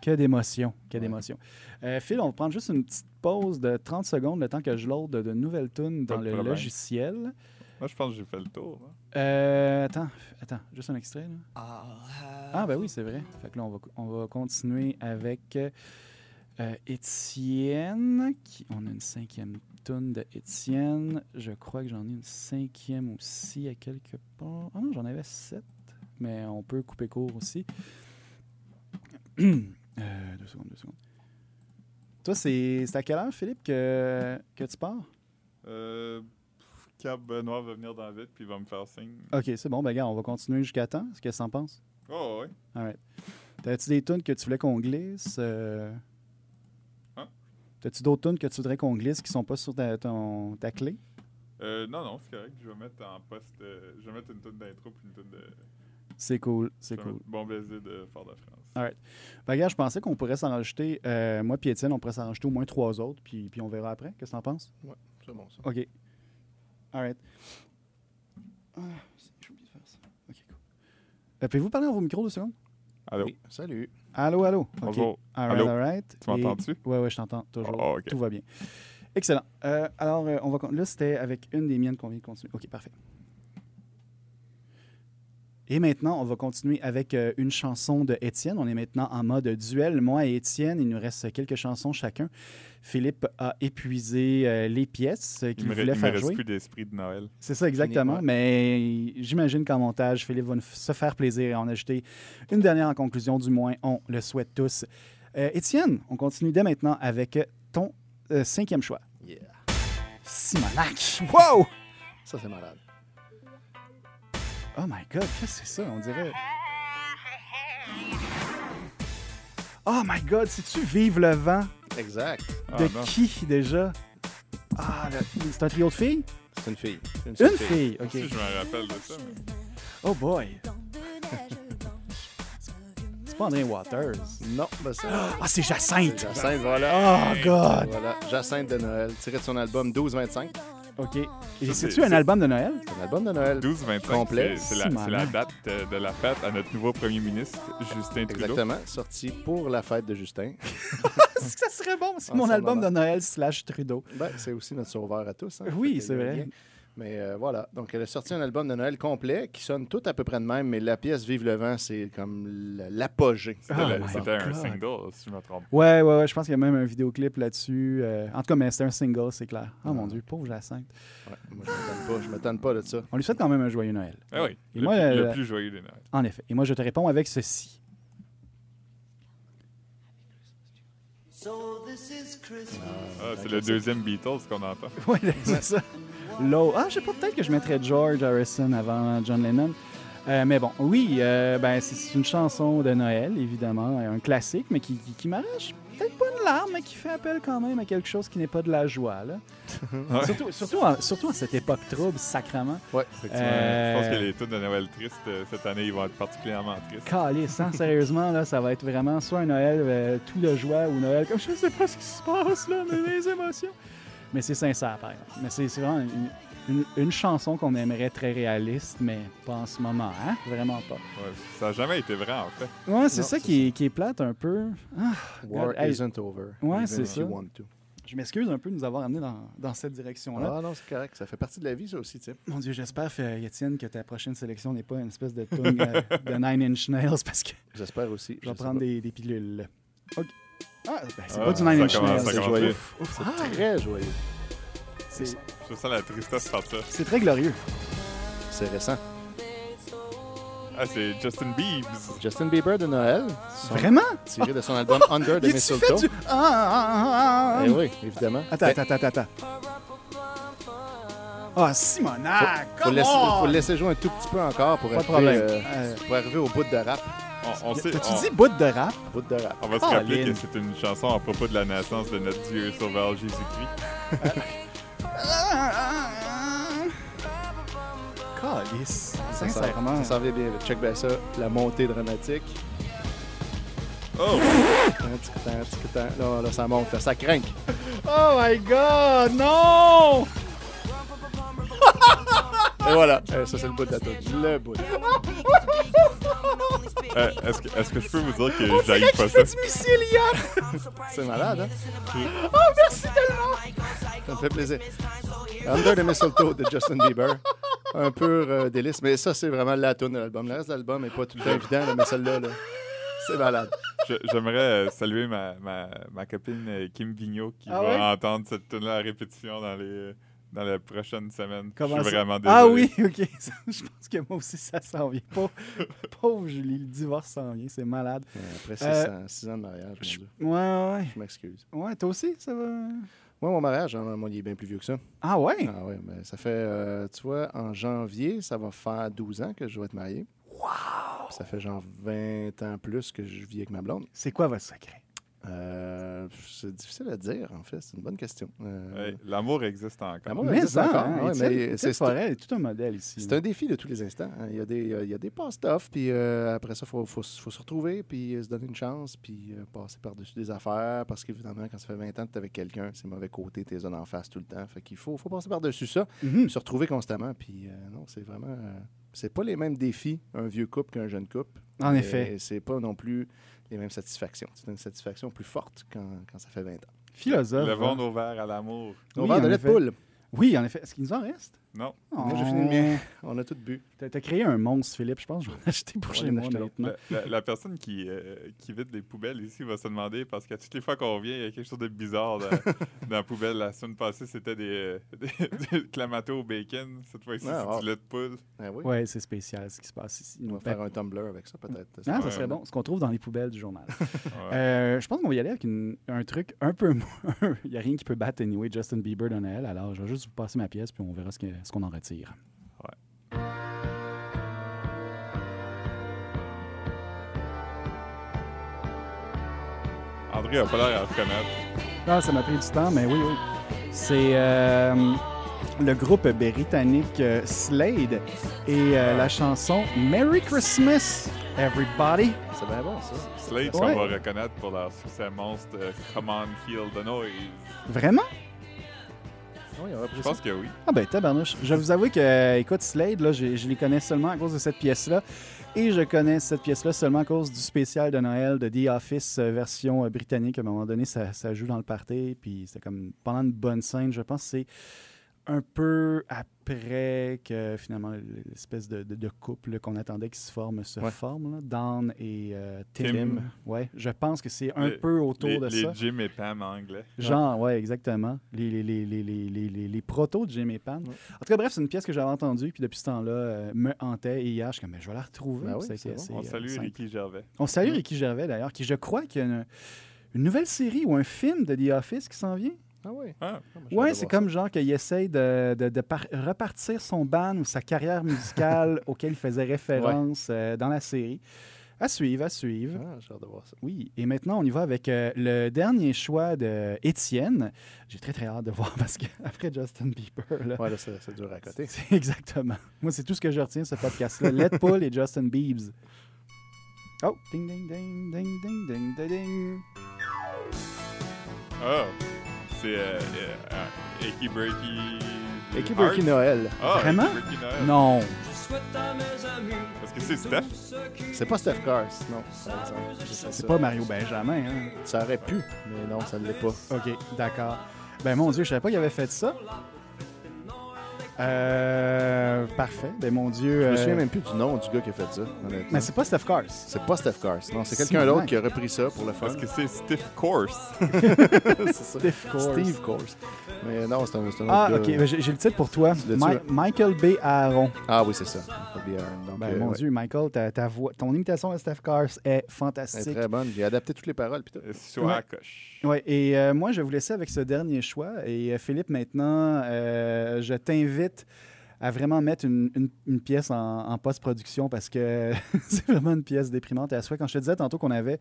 Speaker 2: Que d'émotion, que
Speaker 3: Ouais.
Speaker 2: d'émotion. Euh, Phil, on va prendre juste une petite pause de 30 secondes, le temps que je load de nouvelles tunes
Speaker 1: Pas
Speaker 2: dans
Speaker 1: de
Speaker 2: le
Speaker 1: problème.
Speaker 2: logiciel.
Speaker 1: Moi, je pense que j'ai fait le tour. hein.
Speaker 2: Euh, attends, attends, juste un extrait. là. Ah, ben oui, c'est vrai. Fait que là, on va, on va continuer avec euh, euh, Étienne. Qui, on a une cinquième tune de Étienne. Je crois que j'en ai une cinquième aussi à quelque part. Ah non, j'en avais sept, mais on peut couper court aussi. [CLEARS THROAT] Euh, deux secondes, deux secondes. Toi, c'est c'est à quelle heure, Philippe, que, que tu pars?
Speaker 1: Euh, pff, Cap Benoît va venir dans vite puis il va me faire signe.
Speaker 2: Ok, c'est bon, ben gars, on va continuer jusqu'à temps. Est-ce que ça en pense?
Speaker 1: Oh, ouais.
Speaker 2: Alright. T'as-tu des tunes que tu voulais qu'on glisse? euh?
Speaker 1: Hein?
Speaker 2: T'as-tu d'autres tunes que tu voudrais qu'on glisse qui sont pas sur ta, ton- ta clé?
Speaker 1: Euh, non, non, c'est correct. Je vais mettre en poste. euh, je vais mettre une tune d'intro puis une tune de.
Speaker 2: C'est cool,
Speaker 1: je
Speaker 2: c'est
Speaker 1: vais mettre
Speaker 2: cool.
Speaker 1: Bon baiser de Fort-de-France.
Speaker 2: Ben, gars, je pensais qu'on pourrait s'en rajouter, euh, moi puis Étienne, on pourrait s'en rajouter au moins trois autres, puis, puis on verra après. Qu'est-ce que t'en penses?
Speaker 3: C'est bon, ça.
Speaker 2: OK. Alright. Ah, j'ai oublié de faire ça. OK, cool. Euh, Pouvez-vous parler dans vos micros deux secondes?
Speaker 1: Allô?
Speaker 3: Oui, salut.
Speaker 2: Allô, allô. OK.
Speaker 1: Bonjour.
Speaker 2: Alright,
Speaker 1: Allô?
Speaker 2: alright.
Speaker 1: Tu m'entends-tu?
Speaker 2: Oui, oui, je t'entends toujours.
Speaker 1: Ah, ok.
Speaker 2: Tout va bien. Excellent. Euh, alors, euh, on va con- là, c'était avec une des miennes qu'on vient de continuer. OK, parfait. Et maintenant, on va continuer avec euh, une chanson de Étienne. On est maintenant en mode duel. Moi et Étienne, il nous reste quelques chansons chacun. Philippe a épuisé euh, les pièces euh,
Speaker 1: Il
Speaker 2: qu'il
Speaker 1: me, re-
Speaker 2: voulait
Speaker 1: il me
Speaker 2: faire
Speaker 1: reste
Speaker 2: jouer.
Speaker 1: plus d'esprit de Noël.
Speaker 2: C'est ça, exactement.
Speaker 3: ouais.
Speaker 2: Mais j'imagine qu'en montage, Philippe va nous f- se faire plaisir et en ajouter une dernière en conclusion, du moins, on le souhaite tous. Euh, Étienne, on continue dès maintenant avec ton euh, cinquième choix.
Speaker 3: Yeah.
Speaker 2: Simonac! Wow!
Speaker 3: Ça, c'est malade.
Speaker 2: Oh my God, qu'est-ce que c'est ça? On dirait... Oh my God, c'est-tu Vive le vent?
Speaker 3: Exact.
Speaker 1: Ah,
Speaker 2: de
Speaker 1: non.
Speaker 2: qui, déjà? Ah, le- c'est un trio de filles?
Speaker 3: C'est une fille.
Speaker 2: Une
Speaker 3: seule
Speaker 2: fille,
Speaker 1: Moi
Speaker 2: OK.
Speaker 1: aussi, je me rappelle de ça. mais-
Speaker 2: Oh boy! [LAUGHS] C'est
Speaker 8: C'est
Speaker 2: pas André Waters.
Speaker 3: Non, ben ça.
Speaker 2: Ah, c'est Jacinthe!
Speaker 3: Jacinthe, voilà.
Speaker 2: Oh God!
Speaker 3: Voilà, Jacinthe de Noël, tiré de son album 12-25.
Speaker 2: OK. Et
Speaker 1: Ça,
Speaker 2: c'est-tu
Speaker 1: c'est-
Speaker 2: un
Speaker 1: ça,
Speaker 2: album de Noël?
Speaker 3: C'est un album de Noël.
Speaker 1: 12-25,
Speaker 3: Complet.
Speaker 1: c'est- c'est la, c'est la date euh, de la fête à notre nouveau premier ministre, Justin Trudeau.
Speaker 3: Exactement, sorti pour la fête
Speaker 2: [LAUGHS]
Speaker 3: de Justin.
Speaker 2: [LAUGHS] Est-ce que ça serait bon? C'est
Speaker 3: Ah,
Speaker 2: mon
Speaker 3: ça,
Speaker 2: album de
Speaker 3: maman.
Speaker 2: Noël slash Trudeau.
Speaker 3: Ben, c'est aussi notre sauveur à tous. hein.
Speaker 2: Oui,
Speaker 3: Fait que
Speaker 2: c'est
Speaker 3: y a
Speaker 2: vrai.
Speaker 3: rien. Mais euh, voilà, donc elle a sorti un album de Noël complet qui sonne tout à peu près de même, mais la pièce Vive le vent, c'est comme l- l'apogée.
Speaker 1: C'était
Speaker 2: Oh
Speaker 1: la-
Speaker 2: my
Speaker 1: C'était un
Speaker 2: God.
Speaker 1: single, si je me trompe.
Speaker 2: Ouais, ouais, ouais. Je pense qu'il y a même un vidéoclip là-dessus. euh, en tout cas, mais c'est un single, c'est clair. Oh mon Dieu, pauvre Jacinthe.
Speaker 3: Ouais, moi, je m'étonne pas, je m'étonne pas de ça.
Speaker 2: On lui souhaite quand même un joyeux Noël.
Speaker 1: Ah oui,
Speaker 2: Et
Speaker 1: le,
Speaker 2: moi,
Speaker 1: plus,
Speaker 2: euh,
Speaker 1: le plus joyeux des Noëls.
Speaker 2: En effet. Et moi, je te réponds avec ceci.
Speaker 1: Ah, c'est le deuxième Beatles qu'on entend.
Speaker 2: Ouais, c'est ça. Low. Ah, je sais pas, peut-être que je mettrais George Harrison avant John Lennon. Euh, mais bon, oui, euh, ben, c'est- c'est une chanson de Noël, évidemment, un classique, mais qui, qui, qui m'arrache peut-être pas une larme, mais qui fait appel quand même à quelque chose qui n'est pas de la joie. Là. surtout, surtout, en, surtout en cette époque trouble, sacrement.
Speaker 3: Ouais, effectivement.
Speaker 1: Je pense que
Speaker 2: Euh,
Speaker 1: les tunes de Noël tristes, euh, cette année, ils vont être particulièrement tristes.
Speaker 2: Calice, hein, sérieusement, là, ça va être vraiment soit un Noël euh, tout de joie ou Noël comme je sais pas ce qui se passe, là, mais les émotions. Mais c'est sincère, par exemple. Mais c'est c'est vraiment une, une- une chanson qu'on aimerait très réaliste, mais pas en ce moment, hein? Vraiment pas.
Speaker 1: Ouais, ça n'a jamais été vrai, en fait.
Speaker 2: Ouais, c'est
Speaker 3: Non,
Speaker 2: ça
Speaker 3: c'est
Speaker 2: qui est, qui est plate un peu. Ah,
Speaker 3: War
Speaker 2: God, hey,
Speaker 3: isn't over.
Speaker 2: Ouais,
Speaker 3: even
Speaker 2: c'est
Speaker 3: if
Speaker 2: ça.
Speaker 3: you want to.
Speaker 2: je m'excuse un peu de nous avoir amenés dans, dans cette direction-là.
Speaker 3: Ah non, c'est correct, ça fait partie de la vie, ça aussi, tu sais.
Speaker 2: Mon Dieu, j'espère, fait- Étienne, que ta prochaine sélection n'est pas une espèce de tune
Speaker 3: [LAUGHS]
Speaker 2: euh, de Nine Inch Nails, parce que
Speaker 3: J'espère aussi.
Speaker 2: je vais
Speaker 3: sais
Speaker 2: prendre
Speaker 3: pas.
Speaker 2: des, des pilules. OK. Ah, ben, c'est
Speaker 1: Ah,
Speaker 2: pas du Nine
Speaker 1: ça
Speaker 2: Inch
Speaker 1: commence,
Speaker 2: Nails.
Speaker 1: ça
Speaker 2: c'est
Speaker 1: commence.
Speaker 2: joyeux.
Speaker 1: joyeux.
Speaker 3: C'est très joyeux.
Speaker 2: C'est-
Speaker 1: Je sens la tristesse partir.
Speaker 2: C'est très glorieux.
Speaker 3: C'est récent.
Speaker 1: Ah, c'est Justin Biebs.
Speaker 3: Justin Bieber de Noël. son-
Speaker 2: Ah. Vraiment?
Speaker 3: Tiré de son album
Speaker 2: [LAUGHS]
Speaker 3: Under the
Speaker 2: Y a-tu fait
Speaker 3: Mistletoe.
Speaker 2: du... Ah, ah, ah, ah, ah.
Speaker 3: Eh oui, évidemment.
Speaker 2: Attends,
Speaker 3: Mais-
Speaker 2: attends, attends, attends. Ah, Simonac,
Speaker 3: faut,
Speaker 2: come
Speaker 3: laisser,
Speaker 2: on!
Speaker 3: faut le laisser jouer un tout petit peu encore pour,
Speaker 2: Pas de
Speaker 3: arriver,
Speaker 2: problème.
Speaker 3: euh, pour arriver au bout de rap.
Speaker 1: On, on sait-
Speaker 2: T'as-tu
Speaker 3: Ah.
Speaker 1: on-
Speaker 2: dit bout de rap?
Speaker 3: Bout de rap.
Speaker 1: on va se
Speaker 2: Ah,
Speaker 1: rappeler
Speaker 2: Lynn.
Speaker 1: que c'est une chanson à propos de la naissance de notre Dieu et Sauveur Jésus-Christ.
Speaker 2: Ah, Calice.
Speaker 3: Ça,
Speaker 2: Sincèrement.
Speaker 3: Ça s'en vient bien vite. Check bien ça. La montée dramatique.
Speaker 1: Oh!
Speaker 3: Tant, tic, tant, tic, tant. Là, là, ça monte. Là, ça craint.
Speaker 2: Oh my god, non!
Speaker 3: Et voilà. Euh, ça, c'est le bout de la tune. Le bout.
Speaker 1: Euh, Est-ce que, est-ce que je peux vous dire que
Speaker 2: Oh, C'est
Speaker 1: j'aille
Speaker 2: que
Speaker 1: pas
Speaker 2: je
Speaker 1: ça?
Speaker 2: fais du missile
Speaker 3: C'est malade, hein?
Speaker 2: Oh, merci tellement!
Speaker 3: Ça me fait plaisir. Under the Mistletoe de Justin Bieber. Un pur euh, délice. Mais ça, c'est vraiment la tune de l'album. Le reste de l'album n'est pas tout le temps évident, là, mais celle-là, là, c'est malade.
Speaker 1: Je- J'aimerais euh, saluer ma, ma, ma copine euh, Kim Vigneault qui va
Speaker 2: Ah ouais?
Speaker 1: entendre cette tune-là à répétition dans les euh, dans la prochaine semaine.
Speaker 2: Comment
Speaker 1: je suis
Speaker 2: ça?
Speaker 1: vraiment désolé.
Speaker 2: Ah oui, ok. [LAUGHS] Ça, Je pense que moi aussi, ça s'en vient.
Speaker 3: [LAUGHS]
Speaker 2: Pauvre, pauvre Julie, le divorce s'en vient, c'est malade.
Speaker 3: Euh, Après
Speaker 2: Euh,
Speaker 3: 6 ans, six ans de mariage, mon
Speaker 2: Je-
Speaker 3: Dieu.
Speaker 2: Ouais, ouais,
Speaker 3: Je m'excuse.
Speaker 2: ouais. Ouais, toi aussi, ça va?
Speaker 3: Moi, mon mariage, hein, moi, il est bien plus vieux que ça.
Speaker 2: Ah ouais?
Speaker 3: Ah oui, mais ça fait, euh, tu vois, en janvier, ça va faire 12 ans que je vais être marié. Wow! Ça fait genre 20 ans plus que je vis avec ma blonde.
Speaker 2: C'est quoi votre secret?
Speaker 3: Euh, c'est difficile à dire, en fait. C'est une bonne question. Euh,
Speaker 1: Ouais, L'amour existe encore.
Speaker 3: l'amour
Speaker 2: mais
Speaker 3: existe
Speaker 2: ça,
Speaker 3: encore,
Speaker 2: hein,
Speaker 3: ouais,
Speaker 2: Étienne-
Speaker 3: mais
Speaker 2: Étienne
Speaker 3: c'est- c'est-
Speaker 2: Forêt est tout un modèle ici.
Speaker 3: C'est un défi de tous les instants. hein. Il y a des, euh, il y a des pass off puis euh, après ça, il faut, faut, s- faut se retrouver, puis euh, se donner une chance, puis euh, passer par-dessus des affaires, parce qu'évidemment, quand ça fait 20 ans que tu avec quelqu'un, c'est mauvais côté, tes zones en face tout le temps. Fait qu'il faut, faut passer par-dessus ça,
Speaker 2: Mhm.
Speaker 3: se retrouver constamment, puis euh, non, c'est vraiment... euh, c'est pas les mêmes défis, un vieux couple qu'un jeune couple.
Speaker 2: En
Speaker 3: mais
Speaker 2: effet.
Speaker 3: C'est pas non plus les mêmes satisfactions. C'est une satisfaction plus forte quand, quand ça fait 20 ans.
Speaker 2: Philosophe.
Speaker 1: Levons
Speaker 2: hein.
Speaker 1: nos verres à l'amour.
Speaker 3: On
Speaker 2: Oui,
Speaker 3: vend
Speaker 2: en
Speaker 3: de lait de
Speaker 2: effet.
Speaker 3: poule.
Speaker 2: Oui, en effet. Est-ce qu'il nous en reste? Oh.
Speaker 1: Non.
Speaker 3: Moi, j'ai fini le mien. On a tout bu.
Speaker 2: T'as t'as créé un monstre, Philippe. Je
Speaker 3: [LAUGHS]
Speaker 2: pense que je vais en acheter pour
Speaker 3: On
Speaker 2: chez
Speaker 3: en
Speaker 2: moi
Speaker 3: achète un autre.
Speaker 2: maintenant.
Speaker 1: La, la- la personne qui, euh, qui vide les poubelles ici va se demander parce qu'à toutes les fois qu'on revient, il y a quelque chose de bizarre
Speaker 2: [LAUGHS]
Speaker 1: dans, dans la poubelle. La semaine passée, c'était des, euh, des, [LAUGHS] des clamato au bacon. Cette fois-ci,
Speaker 3: Ah,
Speaker 1: c'est
Speaker 3: wow.
Speaker 1: du lait de poule.
Speaker 3: Ah oui.
Speaker 2: Ouais, c'est spécial ce qui se passe ici.
Speaker 3: On va
Speaker 2: Ben,
Speaker 3: faire un tumbler avec ça, peut-être.
Speaker 2: ah, ça
Speaker 1: Ouais.
Speaker 2: serait bon. Ce qu'on trouve dans les poubelles du
Speaker 3: [LAUGHS]
Speaker 2: journal.
Speaker 1: Ouais.
Speaker 2: Euh, je pense qu'on va y aller avec une- un truc [LAUGHS] un peu moins. Il n'y a rien qui peut battre, anyway, Justin Bieber de Noël. Alors, je vais juste vous passer ma pièce, puis on verra ce que- ce qu'on en retire.
Speaker 1: André a pas l'air à reconnaître.
Speaker 2: Ah, ça m'a pris du temps, mais oui, oui. C'est euh, le groupe britannique euh, Slade et euh, la chanson Merry Christmas, everybody.
Speaker 3: C'est bien bon, ça.
Speaker 1: Slade,
Speaker 2: Ouais.
Speaker 1: qu'on va reconnaître pour leur succès monstre euh, Come on, Feel the Noise.
Speaker 2: Vraiment?
Speaker 3: Oui, on va
Speaker 1: Je pense que oui.
Speaker 2: Ah ben tabarnouche. Je vais vous avouer que, euh, écoute, Slade, là, je, je les connais seulement à cause de cette pièce-là. Et je connais cette pièce-là seulement à cause du spécial de Noël de The Office euh, version euh, britannique. À un moment donné, ça, ça joue dans le party. Puis c'était comme pendant une bonne scène. Je pense que c'est un peu après que finalement l'espèce de, de- de couple qu'on attendait qui se forme se
Speaker 3: Ouais.
Speaker 2: forme. Là. Dan et euh, Tim.
Speaker 1: Tim.
Speaker 2: Ouais, je pense que c'est un
Speaker 1: Les-
Speaker 2: peu autour
Speaker 1: Les,
Speaker 2: de
Speaker 1: les
Speaker 2: ça.
Speaker 1: Jim et Pam en anglais.
Speaker 2: Genre, ouais, exactement. Les, les, les, les, les, les, les- les protos de Jim et Pam.
Speaker 3: Ouais.
Speaker 2: En tout cas, bref, c'est une pièce que j'avais entendue, puis depuis ce temps-là, euh, me hantait. Et hier, je suis comme, Ben, je vais la retrouver.
Speaker 3: Ben
Speaker 2: Puis
Speaker 3: oui,
Speaker 2: ça a été
Speaker 3: c'est bon.
Speaker 2: assez,
Speaker 1: On
Speaker 2: euh,
Speaker 1: salue
Speaker 2: simple.
Speaker 1: Ricky Gervais.
Speaker 2: On salue Ricky Gervais, d'ailleurs, qui, je crois, qu'il y a une, une nouvelle série ou un film de The Office qui s'en vient.
Speaker 3: Ah oui.
Speaker 1: Ah,
Speaker 2: Ouais, c'est comme genre qu'il essaye de, de- de par- repartir son ban ou sa
Speaker 1: [LAUGHS]
Speaker 2: carrière musicale auquel il faisait référence euh, dans la série. À suivre, à suivre.
Speaker 3: Ah, j'ai hâte de voir ça.
Speaker 2: Oui, et maintenant on y va avec euh, le dernier choix de Étienne. J'ai très très hâte de voir [LAUGHS] parce qu'après Justin Bieber, là,
Speaker 3: Ouais, là, c'est c'est dur à côté.
Speaker 2: c'est [LAUGHS] exactement. Moi, c'est tout ce que je retiens de ce podcast-là. Led Paul et Justin Biebs. Oh, ding ding ding ding ding ding ding ding.
Speaker 1: Ah, c'est euh, euh, euh, Icky Breaky.
Speaker 3: Équipe Burky Noël.
Speaker 1: Ah, Icky
Speaker 2: Vraiment?
Speaker 1: Breaky Noël.
Speaker 2: Non,
Speaker 5: Je souhaite à mes amis.
Speaker 1: Est-ce que c'est Steph?
Speaker 3: C'est pas Steph Cars, non. par exemple. Je sais
Speaker 2: c'est
Speaker 3: ça.
Speaker 2: pas Mario Benjamin. Hein?
Speaker 3: Ça aurait pu, mais non, ça ne l'est pas.
Speaker 2: Ok, d'accord. Ben mon Dieu, je savais pas qu'il avait fait ça. Euh, parfait. Ben mon Dieu.
Speaker 3: Je me
Speaker 2: euh,
Speaker 3: souviens même plus du nom du gars qui a fait ça, honnêtement.
Speaker 2: Mais c'est pas Steph Cars.
Speaker 3: C'est pas Steph Cars, non. C'est
Speaker 2: C'est
Speaker 3: quelqu'un d'autre
Speaker 2: vrai.
Speaker 3: qui a repris ça pour le fun.
Speaker 1: Est-ce que c'est Stiff Course? [LAUGHS]
Speaker 3: [LAUGHS] C'est ça.
Speaker 2: Steve Course.
Speaker 3: Steve Course. Mais non, c'est un, c'est un autre
Speaker 2: Ah,
Speaker 3: gars.
Speaker 2: ok, ben, j'ai j'ai le titre pour toi.
Speaker 3: l'as-tu,
Speaker 2: Mi-
Speaker 3: là?
Speaker 2: Michael B. Aaron.
Speaker 3: Ah oui, c'est ça. Faut bien, donc,
Speaker 2: Ben,
Speaker 3: euh,
Speaker 2: mon
Speaker 3: ouais.
Speaker 2: Dieu, Michael, ta, ta voix, ton imitation de Steph Cars est
Speaker 3: Elle est
Speaker 2: fantastique.
Speaker 3: très bonne. J'ai adapté toutes les paroles. Puis tout.
Speaker 1: Sur la coche.
Speaker 2: Ouais, et euh, moi, je vais vous laisser avec ce dernier choix. Et euh, Philippe, maintenant, euh, je t'invite à vraiment mettre une, une- une pièce en, en post-production parce que [LAUGHS] c'est vraiment une pièce déprimante à souhait. Quand je te disais tantôt qu'on avait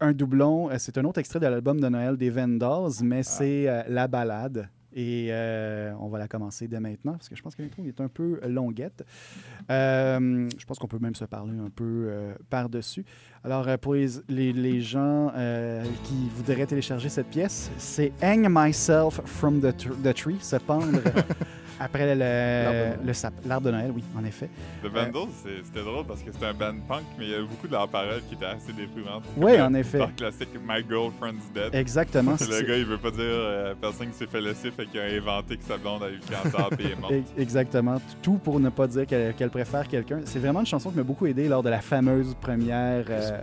Speaker 2: un doublon, euh, c'est un autre extrait de l'album de Noël des Vendors,
Speaker 3: Ah.
Speaker 2: mais c'est euh, La Balade. Et euh, on va la commencer dès maintenant parce que je pense que l'intro est un peu longuette. Euh, je pense qu'on peut même se parler un peu euh, par-dessus. Alors, euh, pour les, les- les gens euh, qui voudraient télécharger cette pièce, c'est Hang Myself from the, tr- the Tree, se
Speaker 3: [LAUGHS]
Speaker 2: pendre après
Speaker 3: L'arbre de
Speaker 2: le,
Speaker 3: Noël.
Speaker 2: le sap- l'arbre de Noël, oui, en effet.
Speaker 1: The Vandals, c'est- c'était drôle parce que c'était un band punk, mais il y avait beaucoup de leurs paroles qui étaient assez déprimantes.
Speaker 2: Oui,
Speaker 1: Comme
Speaker 2: en
Speaker 1: le-
Speaker 2: effet.
Speaker 1: Leur classique My Girlfriend's Dead.
Speaker 2: Exactement.
Speaker 1: [LAUGHS] Le gars, il veut pas dire euh, personne qui s'est fait laisser, fait qu'il a inventé que sa blonde a eu le cancer et est
Speaker 2: [LAUGHS]
Speaker 1: morte.
Speaker 2: E- Exactement. Tout pour ne pas dire qu'elle qu'elle préfère quelqu'un. C'est vraiment une chanson qui m'a beaucoup aidé lors de la fameuse première euh,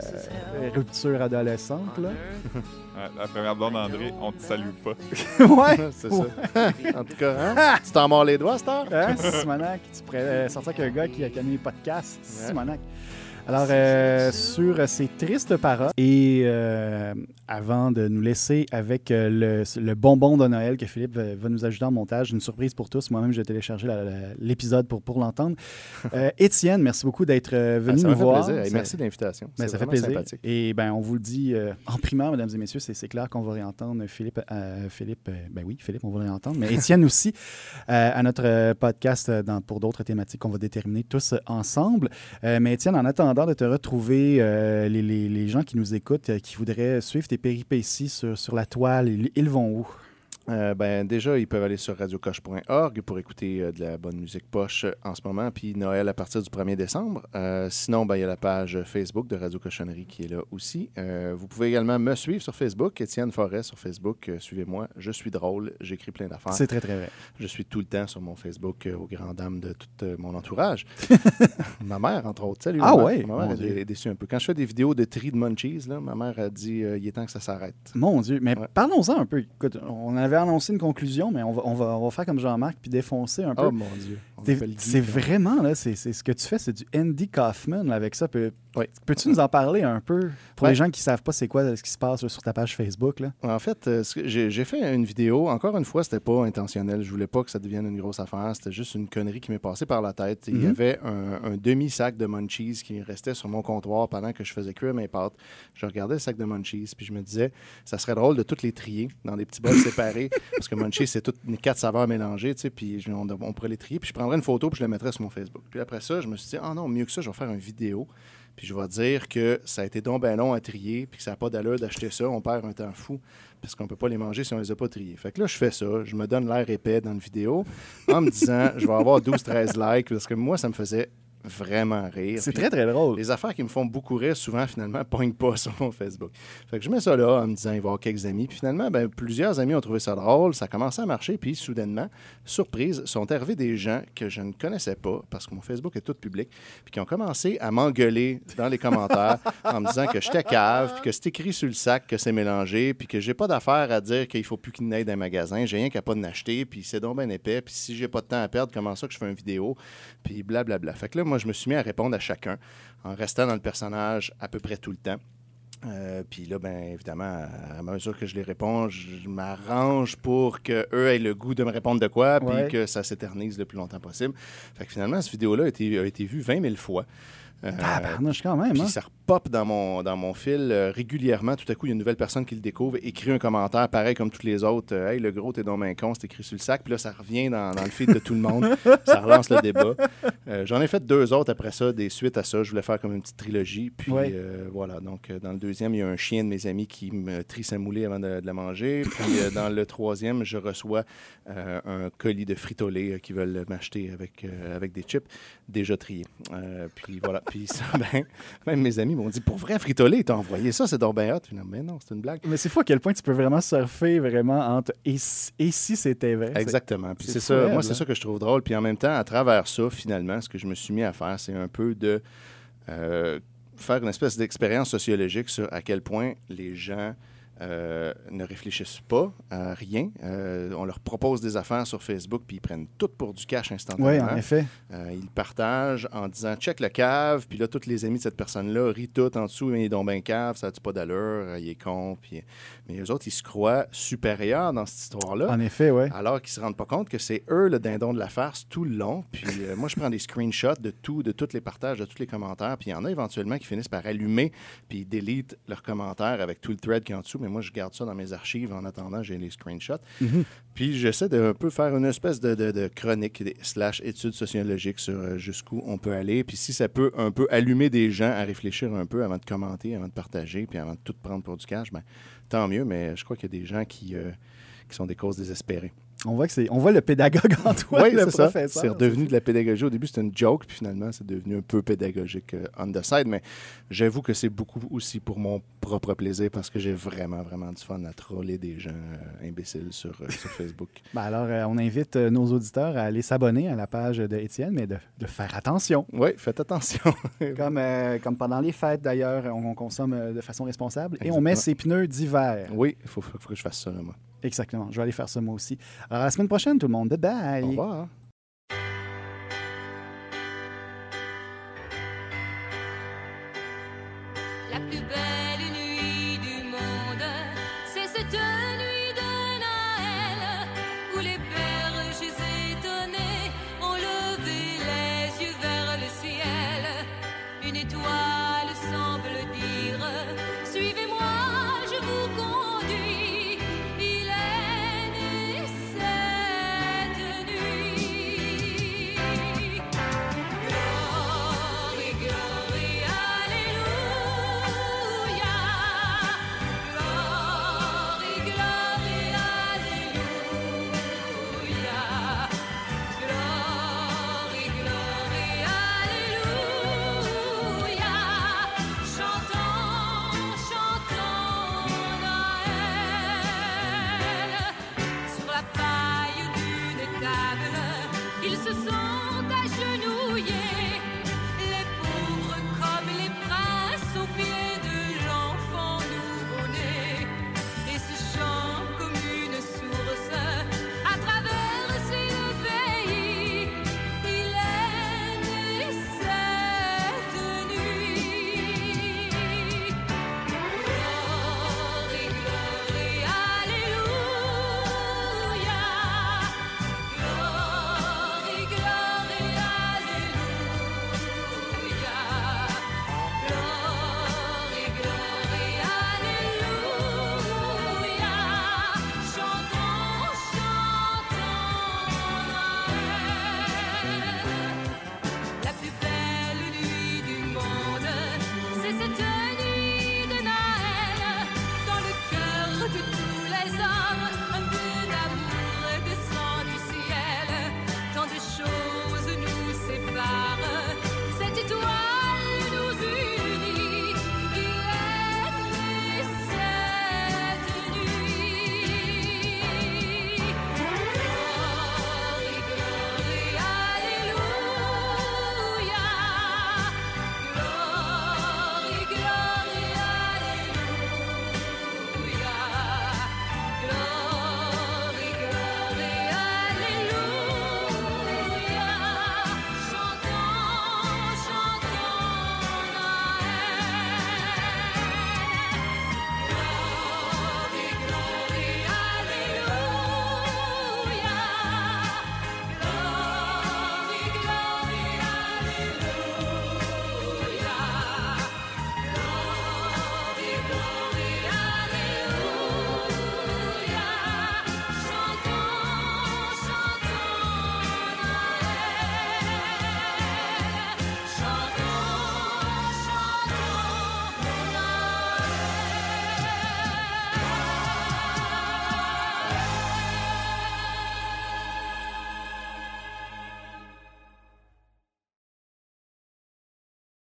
Speaker 2: rupture adolescente. Là.
Speaker 1: Ouais, la première blonde, André, on te salue pas.
Speaker 2: [LAUGHS] ouais!
Speaker 3: [LAUGHS] C'est ça. en tout cas, hein? tu t'en mords les doigts, Star?
Speaker 2: Hein, [LAUGHS] Simonac, tu pourrais euh, sortir avec un gars qui a connu pas de casse.
Speaker 3: Ouais.
Speaker 2: Simonac. Alors, euh, sur euh, ces tristes paroles, et euh, avant de nous laisser avec euh, le, le bonbon de Noël que Philippe euh, va, va nous ajouter en montage, une surprise pour tous, moi-même j'ai téléchargé la- la- l'épisode pour, pour l'entendre. Euh, Étienne, merci beaucoup d'être euh,
Speaker 3: Ah,
Speaker 2: venu
Speaker 3: ça
Speaker 2: nous
Speaker 3: m'a fait
Speaker 2: voir.
Speaker 3: plaisir. Et
Speaker 2: Ça-
Speaker 3: merci de l'invitation.
Speaker 2: ben, ça
Speaker 3: C'est
Speaker 2: fait
Speaker 3: vraiment
Speaker 2: plaisir.
Speaker 3: sympathique.
Speaker 2: Et ben, on vous le dit euh, en primaire, mesdames et messieurs, c'est c'est clair qu'on va réentendre Philippe. euh, Philippe euh, ben oui, Philippe, on va réentendre. Mais Étienne [LAUGHS] aussi euh, à notre euh, podcast euh, dans- pour d'autres thématiques qu'on va déterminer tous euh, ensemble. Euh, mais Étienne, en attendant de te retrouver, euh, les, les- les gens qui nous écoutent, euh, qui voudraient suivre tes péripéties sur, sur la toile, ils, ils vont où?
Speaker 3: Euh, ben, déjà, ils peuvent aller sur radiocoche.org pour écouter euh, de la bonne musique poche euh, en ce moment, puis Noël à partir du 1er décembre. Euh, sinon, ben, il y a la page Facebook de Radio Cochonnerie qui est là aussi. Euh, vous pouvez également me suivre sur Facebook, Étienne Forêt sur Facebook. Euh, Suivez-moi, je suis drôle, j'écris plein d'affaires.
Speaker 2: C'est très, très vrai.
Speaker 3: Je suis tout le temps sur mon Facebook euh, aux grandes dames de tout euh,
Speaker 2: [LAUGHS]
Speaker 3: mon entourage. ma mère, entre autres. Salut,
Speaker 2: Ah
Speaker 3: ma mère.
Speaker 2: ouais?
Speaker 3: Ma mère
Speaker 2: Mon
Speaker 3: elle
Speaker 2: Dieu.
Speaker 3: est déçue un peu. Quand je fais des vidéos de tri de munchies, là, ma mère a dit euh, il est temps que ça s'arrête.
Speaker 2: Mon Dieu, mais
Speaker 3: Ouais.
Speaker 2: parlons-en un peu. Écoute, on avait annoncé une conclusion, mais on va, on va, on va faire comme Jean-Marc puis défoncer un peu.
Speaker 3: Oh mon Dieu. On
Speaker 2: T'es-
Speaker 3: appelle Guy.
Speaker 2: C'est vraiment, là, c'est c'est ce que tu fais, c'est du Andy Kaufman là, avec ça. Peux-
Speaker 3: Oui.
Speaker 2: Peux-tu nous en parler un peu pour
Speaker 3: Ouais.
Speaker 2: les gens qui ne savent pas c'est quoi euh, ce qui se passe là, sur ta page Facebook? Là?
Speaker 3: En fait, euh, ce que- j'ai j'ai fait une vidéo. Encore une fois, c'était pas intentionnel. Je voulais pas que ça devienne une grosse affaire. C'était juste une connerie qui m'est passée par la tête. Il y
Speaker 2: Mhm.
Speaker 3: avait un, un demi-sac de munchies qui restait sur mon comptoir pendant que je faisais cuire mes pâtes. Je regardais le sac de munchies, puis je me disais, ça serait drôle de toutes les trier dans des petits bols séparés, parce que munchies, c'est toutes les quatre saveurs mélangées, tu sais, puis je- on, on pourrait les trier. Puis je prendrais prendrais une photo puis je la mettrais sur mon Facebook. Puis après ça, je me suis dit, ah non, mieux que ça, je vais faire une vidéo. Puis je vais dire que ça a été donc ben long à trier, puis que ça n'a pas d'allure d'acheter ça, on perd un temps fou, parce qu'on ne peut pas les manger si on ne les a pas triés. Fait que là, je fais ça, je me donne l'air épais dans une vidéo, en me disant, je vais avoir 12-13 likes, parce que moi, ça me faisait vraiment rire.
Speaker 2: C'est
Speaker 3: Puis-
Speaker 2: très, très drôle.
Speaker 3: les affaires qui me font beaucoup rire, souvent, finalement, [LAUGHS] pognent pas sur mon Facebook. Fait que je mets ça là en me disant, il va y avoir quelques amis. Puis finalement, ben, plusieurs amis ont trouvé ça drôle, ça a commencé à marcher. Puis soudainement, surprise, sont arrivés des gens que je ne connaissais pas, parce que mon Facebook est tout public, puis qui ont commencé à m'engueuler dans les commentaires en me disant que j'étais cave, puis que c'est écrit sur le sac que c'est mélangé, puis que j'ai pas d'affaire à dire qu'il faut plus qu'il n'aille d'un magasin, j'ai rien qu'à pas de n'acheter, puis c'est donc ben épais, puis si j'ai pas de temps à perdre, comment ça que je fais une vidéo, puis blablabla. Fait que là, moi, je me suis mis à répondre à chacun en restant dans le personnage à peu près tout le temps. Euh, puis là, ben évidemment, à mesure que je les réponds, je m'arrange pour que eux aient le goût de me répondre de quoi, puis
Speaker 2: Ouais.
Speaker 3: que ça s'éternise le plus longtemps possible. Fait que finalement, cette vidéo-là a été, a été vue 20 000 fois. Euh,
Speaker 2: Tabarnouche, quand même, hein?
Speaker 3: puis ça repop dans mon, dans mon fil euh, régulièrement. Tout à coup, il y a une nouvelle personne qui le découvre, écrit un commentaire, pareil comme toutes les autres. euh, hey, le gros, t'es dans main con, c'est écrit sur le sac. Puis là, ça revient dans, dans le feed de tout
Speaker 2: [LAUGHS]
Speaker 3: le monde. ça relance le débat. Euh, J'en ai fait deux autres après ça, des suites à ça. Je voulais faire comme une petite trilogie. Puis
Speaker 2: Ouais.
Speaker 3: euh, voilà. Donc, euh, dans le deuxième, il y a un chien de mes amis qui me trie sa moulée avant de, de la manger. Puis euh, dans le troisième, je reçois euh, un colis de fritolés euh, qui veulent m'acheter avec, euh, avec des chips déjà triés. Euh, puis voilà. Puis ça, [LAUGHS] ben, même mes amis m'ont dit Pour vrai, fritolé, t'as envoyé ça, c'est donc ben hot. Puis non, mais non, c'est une blague.
Speaker 2: Mais c'est fou à quel point tu peux vraiment surfer vraiment entre et si, et si c'était vrai.
Speaker 3: Exactement. Puis
Speaker 2: c'est
Speaker 3: c'est ça,
Speaker 2: fou,
Speaker 3: moi,
Speaker 2: elle,
Speaker 3: c'est
Speaker 2: hein?
Speaker 3: ça que je trouve drôle. Puis en même temps, à travers ça, finalement, ce que je me suis mis à faire, c'est un peu de euh, faire une espèce d'expérience sociologique sur à quel point les gens euh, ne réfléchissent pas à rien. Euh, on leur propose des affaires sur Facebook, puis ils prennent tout pour du cash
Speaker 2: Oui,
Speaker 3: instantanément.
Speaker 2: en effet.
Speaker 3: Euh, il partage en disant check le cave, puis là, tous les amis de cette personne-là rient tout en dessous, mais il est donc ben cave, ça a-tu pas d'allure, Euh, il est con. Puis... Mais eux autres, ils se croient supérieurs dans cette histoire-là,
Speaker 2: En effet, ouais.
Speaker 3: alors qu'ils se rendent pas compte que c'est eux le dindon de la farce tout le long. Puis euh, moi, je prends des screenshots de tout, de tous les partages, de tous les commentaires, puis il y en a éventuellement qui finissent par allumer, puis ils délitent leurs commentaires avec tout le thread qui est en dessous, mais moi, je garde ça dans mes archives en attendant, j'ai les screenshots. Puis j'essaie de un peu faire une espèce de, de- de chronique des- slash étude sociologique sur euh, jusqu'où on peut aller. Puis si ça peut un peu allumer des gens à réfléchir un peu avant de commenter, avant de partager, puis avant de tout prendre pour du cash, ben, tant mieux. Mais je crois qu'il y a des gens qui, euh, qui sont des causes désespérées.
Speaker 2: On voit, que c'est- on voit le pédagogue en toi, le
Speaker 3: c'est ça.
Speaker 2: professeur.
Speaker 3: C'est redevenu de la pédagogie. Au début, c'était une joke, puis finalement, c'est devenu un peu pédagogique euh, on the side. Mais j'avoue que c'est beaucoup aussi pour mon propre plaisir parce que j'ai vraiment, vraiment du fun à troller des gens euh, imbéciles sur, euh, sur [LAUGHS] Facebook.
Speaker 2: Ben alors, euh, on invite euh, nos auditeurs à aller s'abonner à la page de Étienne, mais de, de faire attention.
Speaker 3: Oui, faites attention. [LAUGHS]
Speaker 2: [LAUGHS] Comme, euh, comme pendant les fêtes, d'ailleurs, on, on consomme euh, de façon responsable et on
Speaker 3: Exactement.
Speaker 2: met ses pneus d'hiver.
Speaker 3: Oui, il faut, faut- faut que je fasse ça, là, moi.
Speaker 2: Exactement. Je vais aller faire ça moi aussi. Alors, à la semaine prochaine, tout le monde. Bye bye.
Speaker 3: Au revoir. hein.
Speaker 8: La plus belle université.